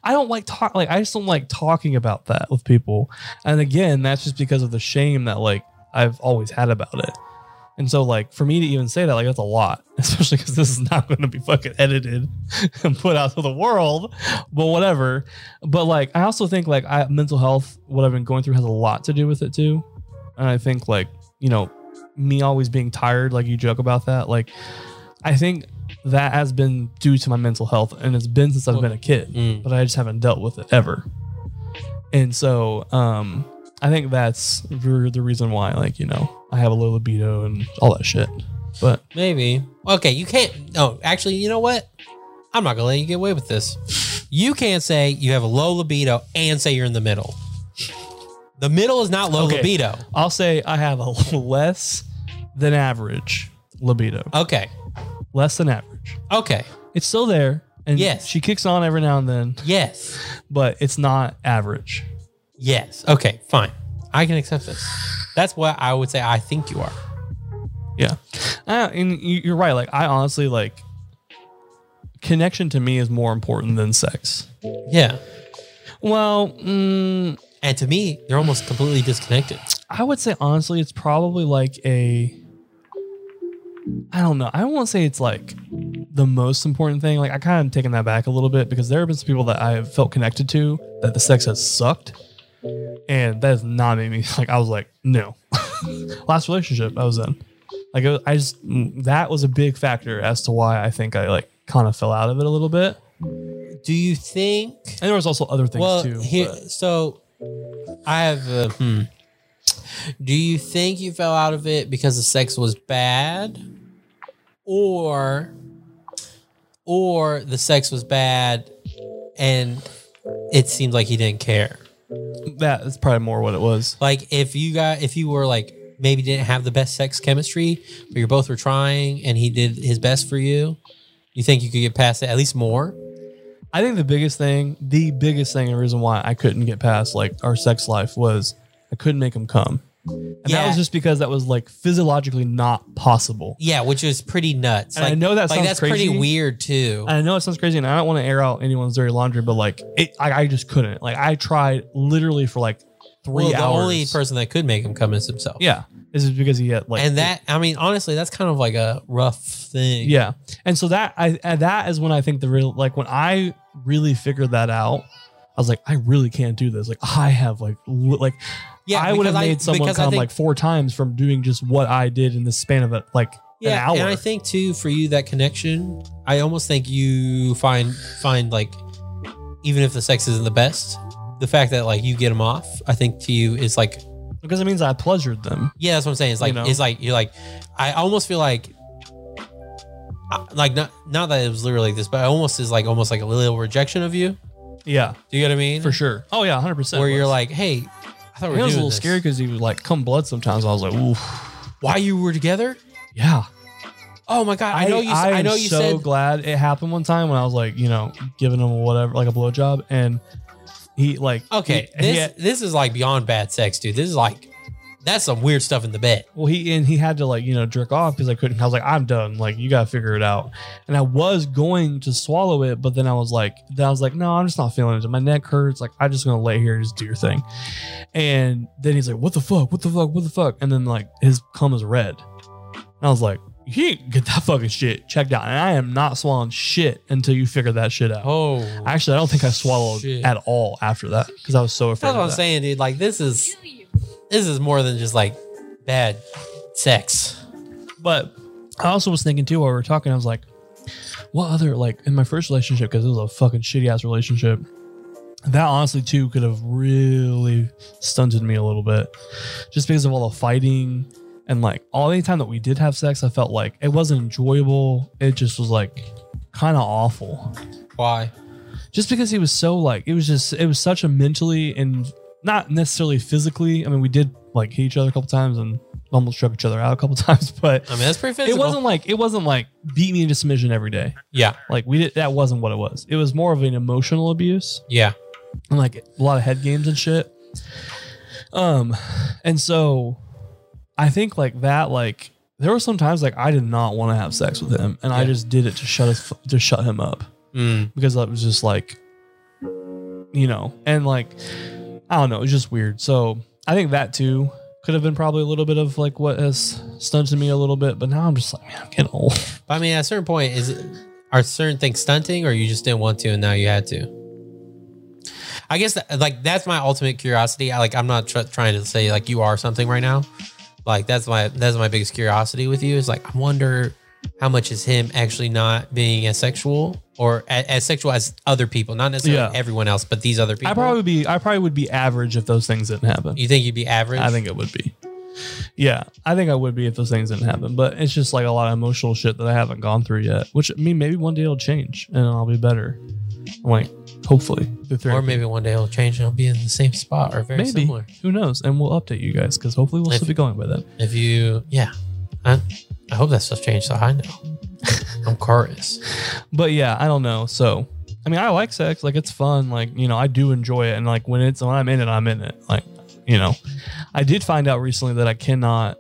I don't like talk like I just don't like talking about that with people. And again, that's just because of the shame that like I've always had about it. And so like for me to even say that like that's a lot, <laughs> especially cuz this is not going to be fucking edited <laughs> and put out to the world, but whatever. But like I also think like I mental health what I've been going through has a lot to do with it too. And I think like, you know, me always being tired like you joke about that, like I think that has been due to my mental health and it's been since I've been a kid
Mm.
but I just haven't dealt with it ever. And so, um, I think that's re- the reason why, like, you know, I have a low libido and all that shit. But
Maybe. Okay, you can't. No, actually, you know what? I'm not going to let you get away with this. You can't say you have a low libido and say you're in the middle. The middle is not low
Okay.
libido.
I'll say I have a <laughs> less than average libido.
Okay.
Less than average.
Okay.
It's still there. And
Yes.
she kicks on every now and then,
Yes.
but it's not average.
Yes. Okay. Fine. I can accept this. That's what I would say. I think you are.
Yeah. Uh, and you- you're right. Like, I honestly, like, connection to me is more important than sex.
Yeah.
Well, mm,
And to me, they're almost completely disconnected.
I would say honestly, it's probably like a. I don't know. I won't say it's like the most important thing. Like I kind of taken that back a little bit because there have been some people that I have felt connected to that the sex has sucked, and that has not made me <laughs> like I was like no. <laughs> Last relationship I was in, like it was, I just mm, that was a big factor as to why I think I like kind of fell out of it a little bit.
Do you think?
And there was also other things
Well,
too.
here.
but-
So, I have. A, hmm. Do you think you fell out of it because the sex was bad, or, or the sex was bad, and it seemed like he didn't care?
that is probably more what it was.
Like if you got if you were like maybe didn't have the best sex chemistry, but you both were trying and he did his best for you, you think you could get past it at least more?
I think the biggest thing, the biggest thing, and reason why I couldn't get past like our sex life was I couldn't make him come. And that
Yeah.
was just because that was like physiologically not possible.
Yeah, which is pretty nuts.
And I know that
like
sounds
that's
crazy.
pretty weird too.
And I know it sounds crazy and I don't want to air out anyone's dirty laundry, but like it, I, I just couldn't. Like I tried literally for like three
well, the
hours.
only person that could make him come is himself.
yeah. This is because he had like
and that I mean, honestly, that's kind of like a rough thing.
Yeah. And so that I and that is when I think the real like when I really figured that out, I was like, I really can't do this. Like I have like li- like
yeah.
I would have
because
made someone
because I
come
think-
like four times from doing just what I did in the span of it, like an
yeah,
hour.
and I think too for you that connection. I almost think you find find like even if the sex isn't the best, the fact that like you get them off, I think to you is like
because it means I pleasured them.
yeah, that's what I'm saying. It's
You
like
know?
it's like you're like I almost feel like I- like not not that it was literally like this, but I almost is like almost like a little rejection of you.
Yeah,
Do you know what I mean?
for sure. Oh yeah, hundred percent.
Where you're like, hey, I thought we
it
were doing
was a little
this.
scary because he was like come blood sometimes. I was like, ooh,
Why you were together?
yeah.
Oh my god! I, know you. s- I,
am
know you
so
said
glad it happened one time when I was like, you know, giving him whatever, like a blowjob, and he like
Okay,
he- he
this
had-
this is like beyond bad sex, dude. This is like that's some weird stuff in the bed.
Well, he and he had to like you know jerk off because I couldn't. I was like, I'm done. Like you gotta figure it out. And I was going to swallow it, but then I was like, then I was like, no, I'm just not feeling it. My neck hurts. Like I'm just gonna lay here and just do your thing. And then he's like, what the fuck? What the fuck? What the fuck? And then like his cum is red. And I was like, you can't get that fucking shit checked out. And I am not swallowing shit until you figure that shit out.
Oh,
Actually, I don't think I swallowed
Shit.
at all after that because I was so afraid.
that's what I'm
of that.
saying, dude. Like this is this is more than just like bad sex.
But I also was thinking too while we were talking, I was like, what other like in my first relationship because it was a fucking shitty ass relationship. That honestly too could have really stunted me a little bit, just because of all the fighting and like all the time that we did have sex, I felt like it wasn't enjoyable. It just was like kind of awful,
Why?
just because he was so like it was just it was such a mentally and not necessarily physically. I mean, we did like hit each other a couple times and almost struck each other out a couple <laughs> times, but
I mean, that's pretty
it
physical.
wasn't like it wasn't like beat me into submission every day.
Yeah,
Like we did that wasn't what it was. It was more of an emotional abuse
yeah,
and like a lot of head games and shit. Um, and so I think like that like there were some times like I did not want to have sex with him, and I
Yeah.
just did it to shut us to shut him up
mm,
because that was just like you know and like i don't know it was just weird so i think that too could have been probably a little bit of like what has stunted me a little bit but now i'm just like man i'm getting old
but I mean, at a certain point, is it, are certain things stunting, or you just didn't want to, and now you had to? I guess that, like that's my ultimate curiosity. I like I'm not tr- trying to say like you are something right now. Like that's my that's my biggest curiosity with you is like I wonder how much is him actually not being as sexual or as, as sexual as other people, not necessarily
Yeah.
everyone else, but these other people.
i probably be i probably would be average if those things didn't happen
you think you'd be average?
i think it would be yeah i think i would be if those things didn't happen but it's just like a lot of emotional shit that i haven't gone through yet which i mean maybe one day it'll change and i'll be better I'm like Hopefully, the therapy.
Or maybe one day it'll change and I'll be in the same spot or very
maybe
similar.
who knows? And we'll update you guys because hopefully we'll
If-
still be going by then.
If you, yeah, I, I hope that stuff changed so I know.
<laughs>
I'm chorus.
But yeah, I don't know. So I mean, I like sex. Like it's fun. Like you know, I do enjoy it. And like when it's when I'm in it, I'm in it. Like you know, I did find out recently that I cannot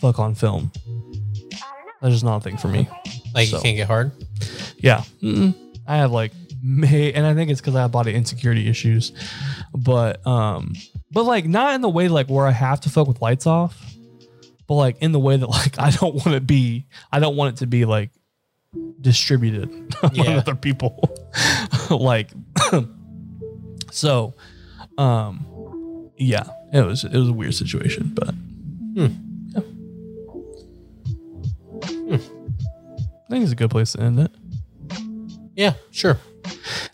fuck on film. That's just not a thing for me.
Like
So.
you can't get hard.
Yeah. Mm-mm. I have like may and I think it's because I have body insecurity issues. But um but like not in the way like where I have to fuck with lights off, but like in the way that <laughs> like I don't want to be I don't want it to be like distributed <laughs> among
Yeah.
other people. <laughs> like <clears throat> so um yeah, it was it was a weird situation, but yeah. I think it's a good place to end it.
Yeah, sure.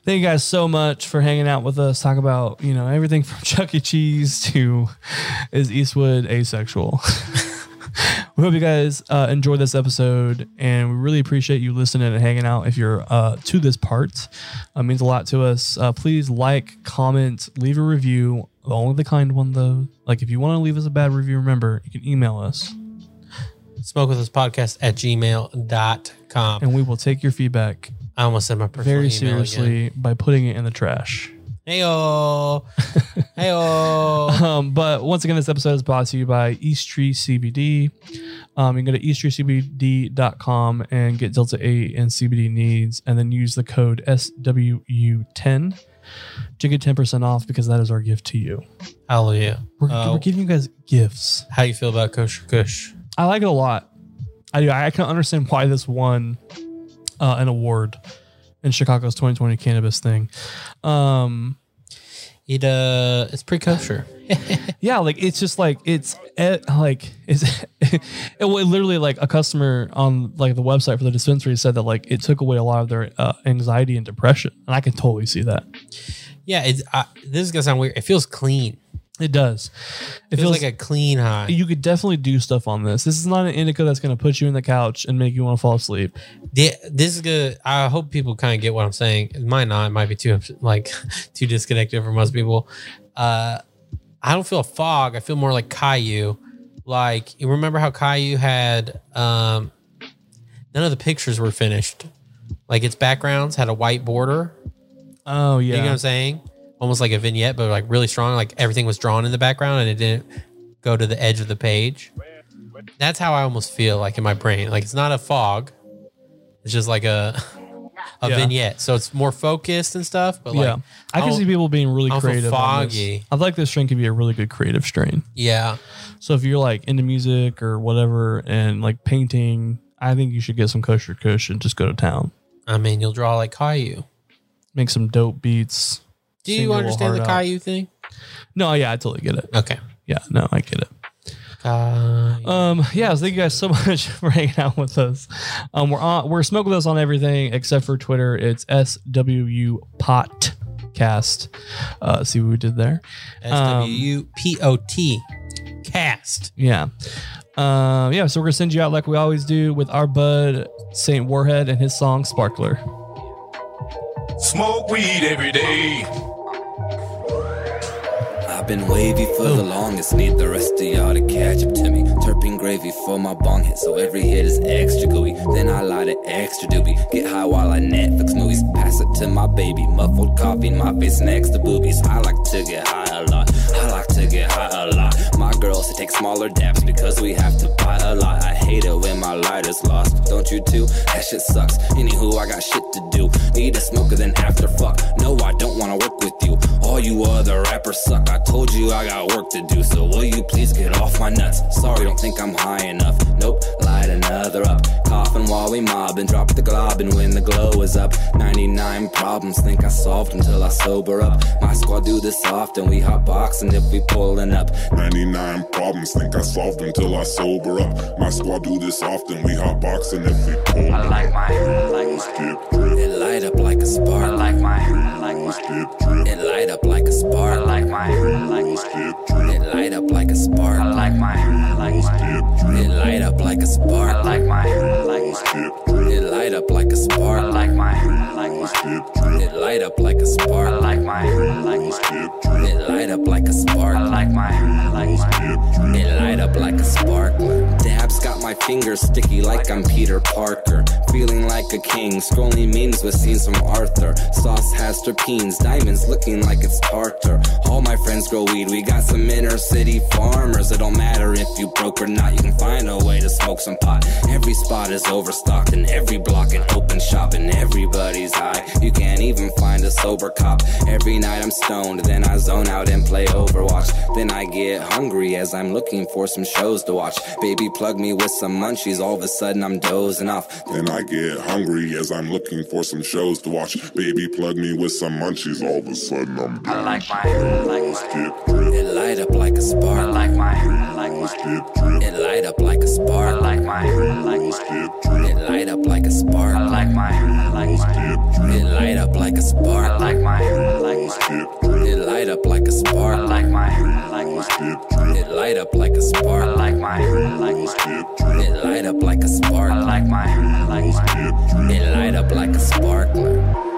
Thank you guys so much for hanging out with us. Talk about, you know, everything from <laughs> Chuck E. Cheese to is Eastwood asexual. <laughs> we hope you guys uh, enjoyed this episode and we really appreciate you listening and hanging out if you're uh, to this part. It means a lot to us. Uh, please like, comment, leave a review. Only the kind one, though. Like, if you want to leave us a bad review, remember, you can email us
Smoke with us podcast at gmail.com.
and we will take your feedback
I almost said my personal
very
email Again.
seriously by putting it in the trash. <laughs>
Heyo. Heyo.
Um, but once again, this episode is brought to you by E East Tree CBD. Um, you can go to easttreecbd.com and get Delta 8 and CBD needs, and then use the code SWU10 to get 10% off because that is our gift to you.
Hallelujah.
We're,
Uh,
we're giving you guys gifts.
How you feel about kosher kush?
I like it a lot. I do. I can understand why this won uh, an award in Chicago's 2020 cannabis thing. Um,
It uh, it's pretty kosher.
Yeah, like it's just like it's eh, like it's <laughs> it, wa- literally like a customer on like the website for the dispensary said that like it took away a lot of their uh, anxiety and depression, and I can totally see that.
Yeah, it's, I, this is gonna sound weird. It feels clean.
It does. It
It
feels,
feels, like a clean high.
you could definitely do stuff on this. This is not an indica that's going to put you in the couch and make you want to fall asleep.
The- This is good. I hope people kind of get what I'm saying. It might not. It might be too like <laughs> too disconnected for most people. Uh, I don't feel a fog. I feel more like Caillou. Like you remember how Caillou had um, none of the pictures were finished. Like its backgrounds had a white border.
Oh yeah,
You know what I'm saying? Almost like a vignette, but like really strong. Like everything was drawn in the background and it didn't go to the edge of the page. That's how I almost feel like in my brain. Like it's not a fog. It's just like a <laughs> a
Yeah.
vignette. So it's more focused and stuff. But like
yeah. I can
I'll-
see people being really
I'll feel
creative. on this.
foggy.
I like this strain could be a really good creative strain.
yeah.
So if you're like into music or whatever and like painting, I think you should get some kosher kush and just go to town.
I mean you'll draw like Caillou.
Make some dope beats.
Do you
Sing your little
understand the
heart out.
Caillou thing?
No, yeah, I totally get it.
Okay.
Yeah, no, I get it.
Caillou.
Um, yeah, so thank you guys so <laughs> much for hanging out with us. Um, we're on we're smoking with us on everything except for Twitter. It's SWU Podcast. Uh, see what we did there.
S W
Um,
U P O T cast.
Yeah. Um, yeah, so we're gonna send you out like we always do with our bud Saint Warhead and his song Sparkler.
Smoke weed every day.
I've been wavy for the longest, need the rest of y'all to catch up to me. Turpin gravy for my bong hit, so every hit is extra gooey. Then I light it extra doobie, get high while I Netflix movies. Pass it to my baby, muffled coffee, in my face next to boobies. I like to get high a lot, I like to get high a lot. My girls to take smaller dabs because we have to buy a lot. I hate it when my lighter's lost, don't you too? That shit sucks. Anywho, I got shit to do. Need a smoker, then after fuck. No, I don't wanna work with you. All you other rappers suck. I told you I got work to do, so will you please get off my nuts? Sorry, don't think I'm high enough. Nope, light another up. Coughing while we mob and drop the glob, and when the glow is up, 99 problems think I solved until I sober up. My squad do this often, we hot boxing if we pulling up.
99 problems, think I solved them till I sober up. My squad do this often, we hot boxing if we pull. I like my Let's get
It
drip,
light up like a spark. I like my
let's get drip,
It light up like a spark. I like my
let's get drip,
It light up like a spark. I like my
let's get drip,
It light up like a spark. I like my
let's get drip.
It light up like a spark. I like my, like
Rolls dip drip.
It light up like a spark. I like my,
Rolls dip drip.
It light up like a spark. I like my,
Rolls dip drip.
It light up like a spark. Dabs got my fingers sticky like I'm Peter Parker. Feeling like a king, scrolling memes with scenes from Arthur. Sauce has terpenes, diamonds looking like it's tartar. All my friends grow weed, we got some inner city farmers. It don't matter if you broke or not, you can find a way to smoke some pot. Every spot is overstocked, and every block an open shop, and everybody's high. You can't even find a sober cop. Every night I'm stoned, then I zone out and play Overwatch. Then I get hungry as I'm looking for some shows to watch. Baby, plug me with some munchies. All of a sudden, I'm dozing off.
Then I get hungry as I'm looking for some shows to watch. Baby, plug me with some munchies. All of a sudden, I'm down.
like my,
Rolls dip drip.
It light up like a spark. I like my,
Rolls dip drip.
It light up like a spark. I like my,
Rolls dip drip.
It light up like a spark. I like my,
Rolls dip
It
drip.
light up like a spark. I like my,
Rolls dip drip.
It light up like a spark. I like my,
Rolls dip drip.
It light up like a spark. I like my,
Rolls dip drip.
It light up like a spark. I like my,
Rolls dip drip.
It light up like a sparkler.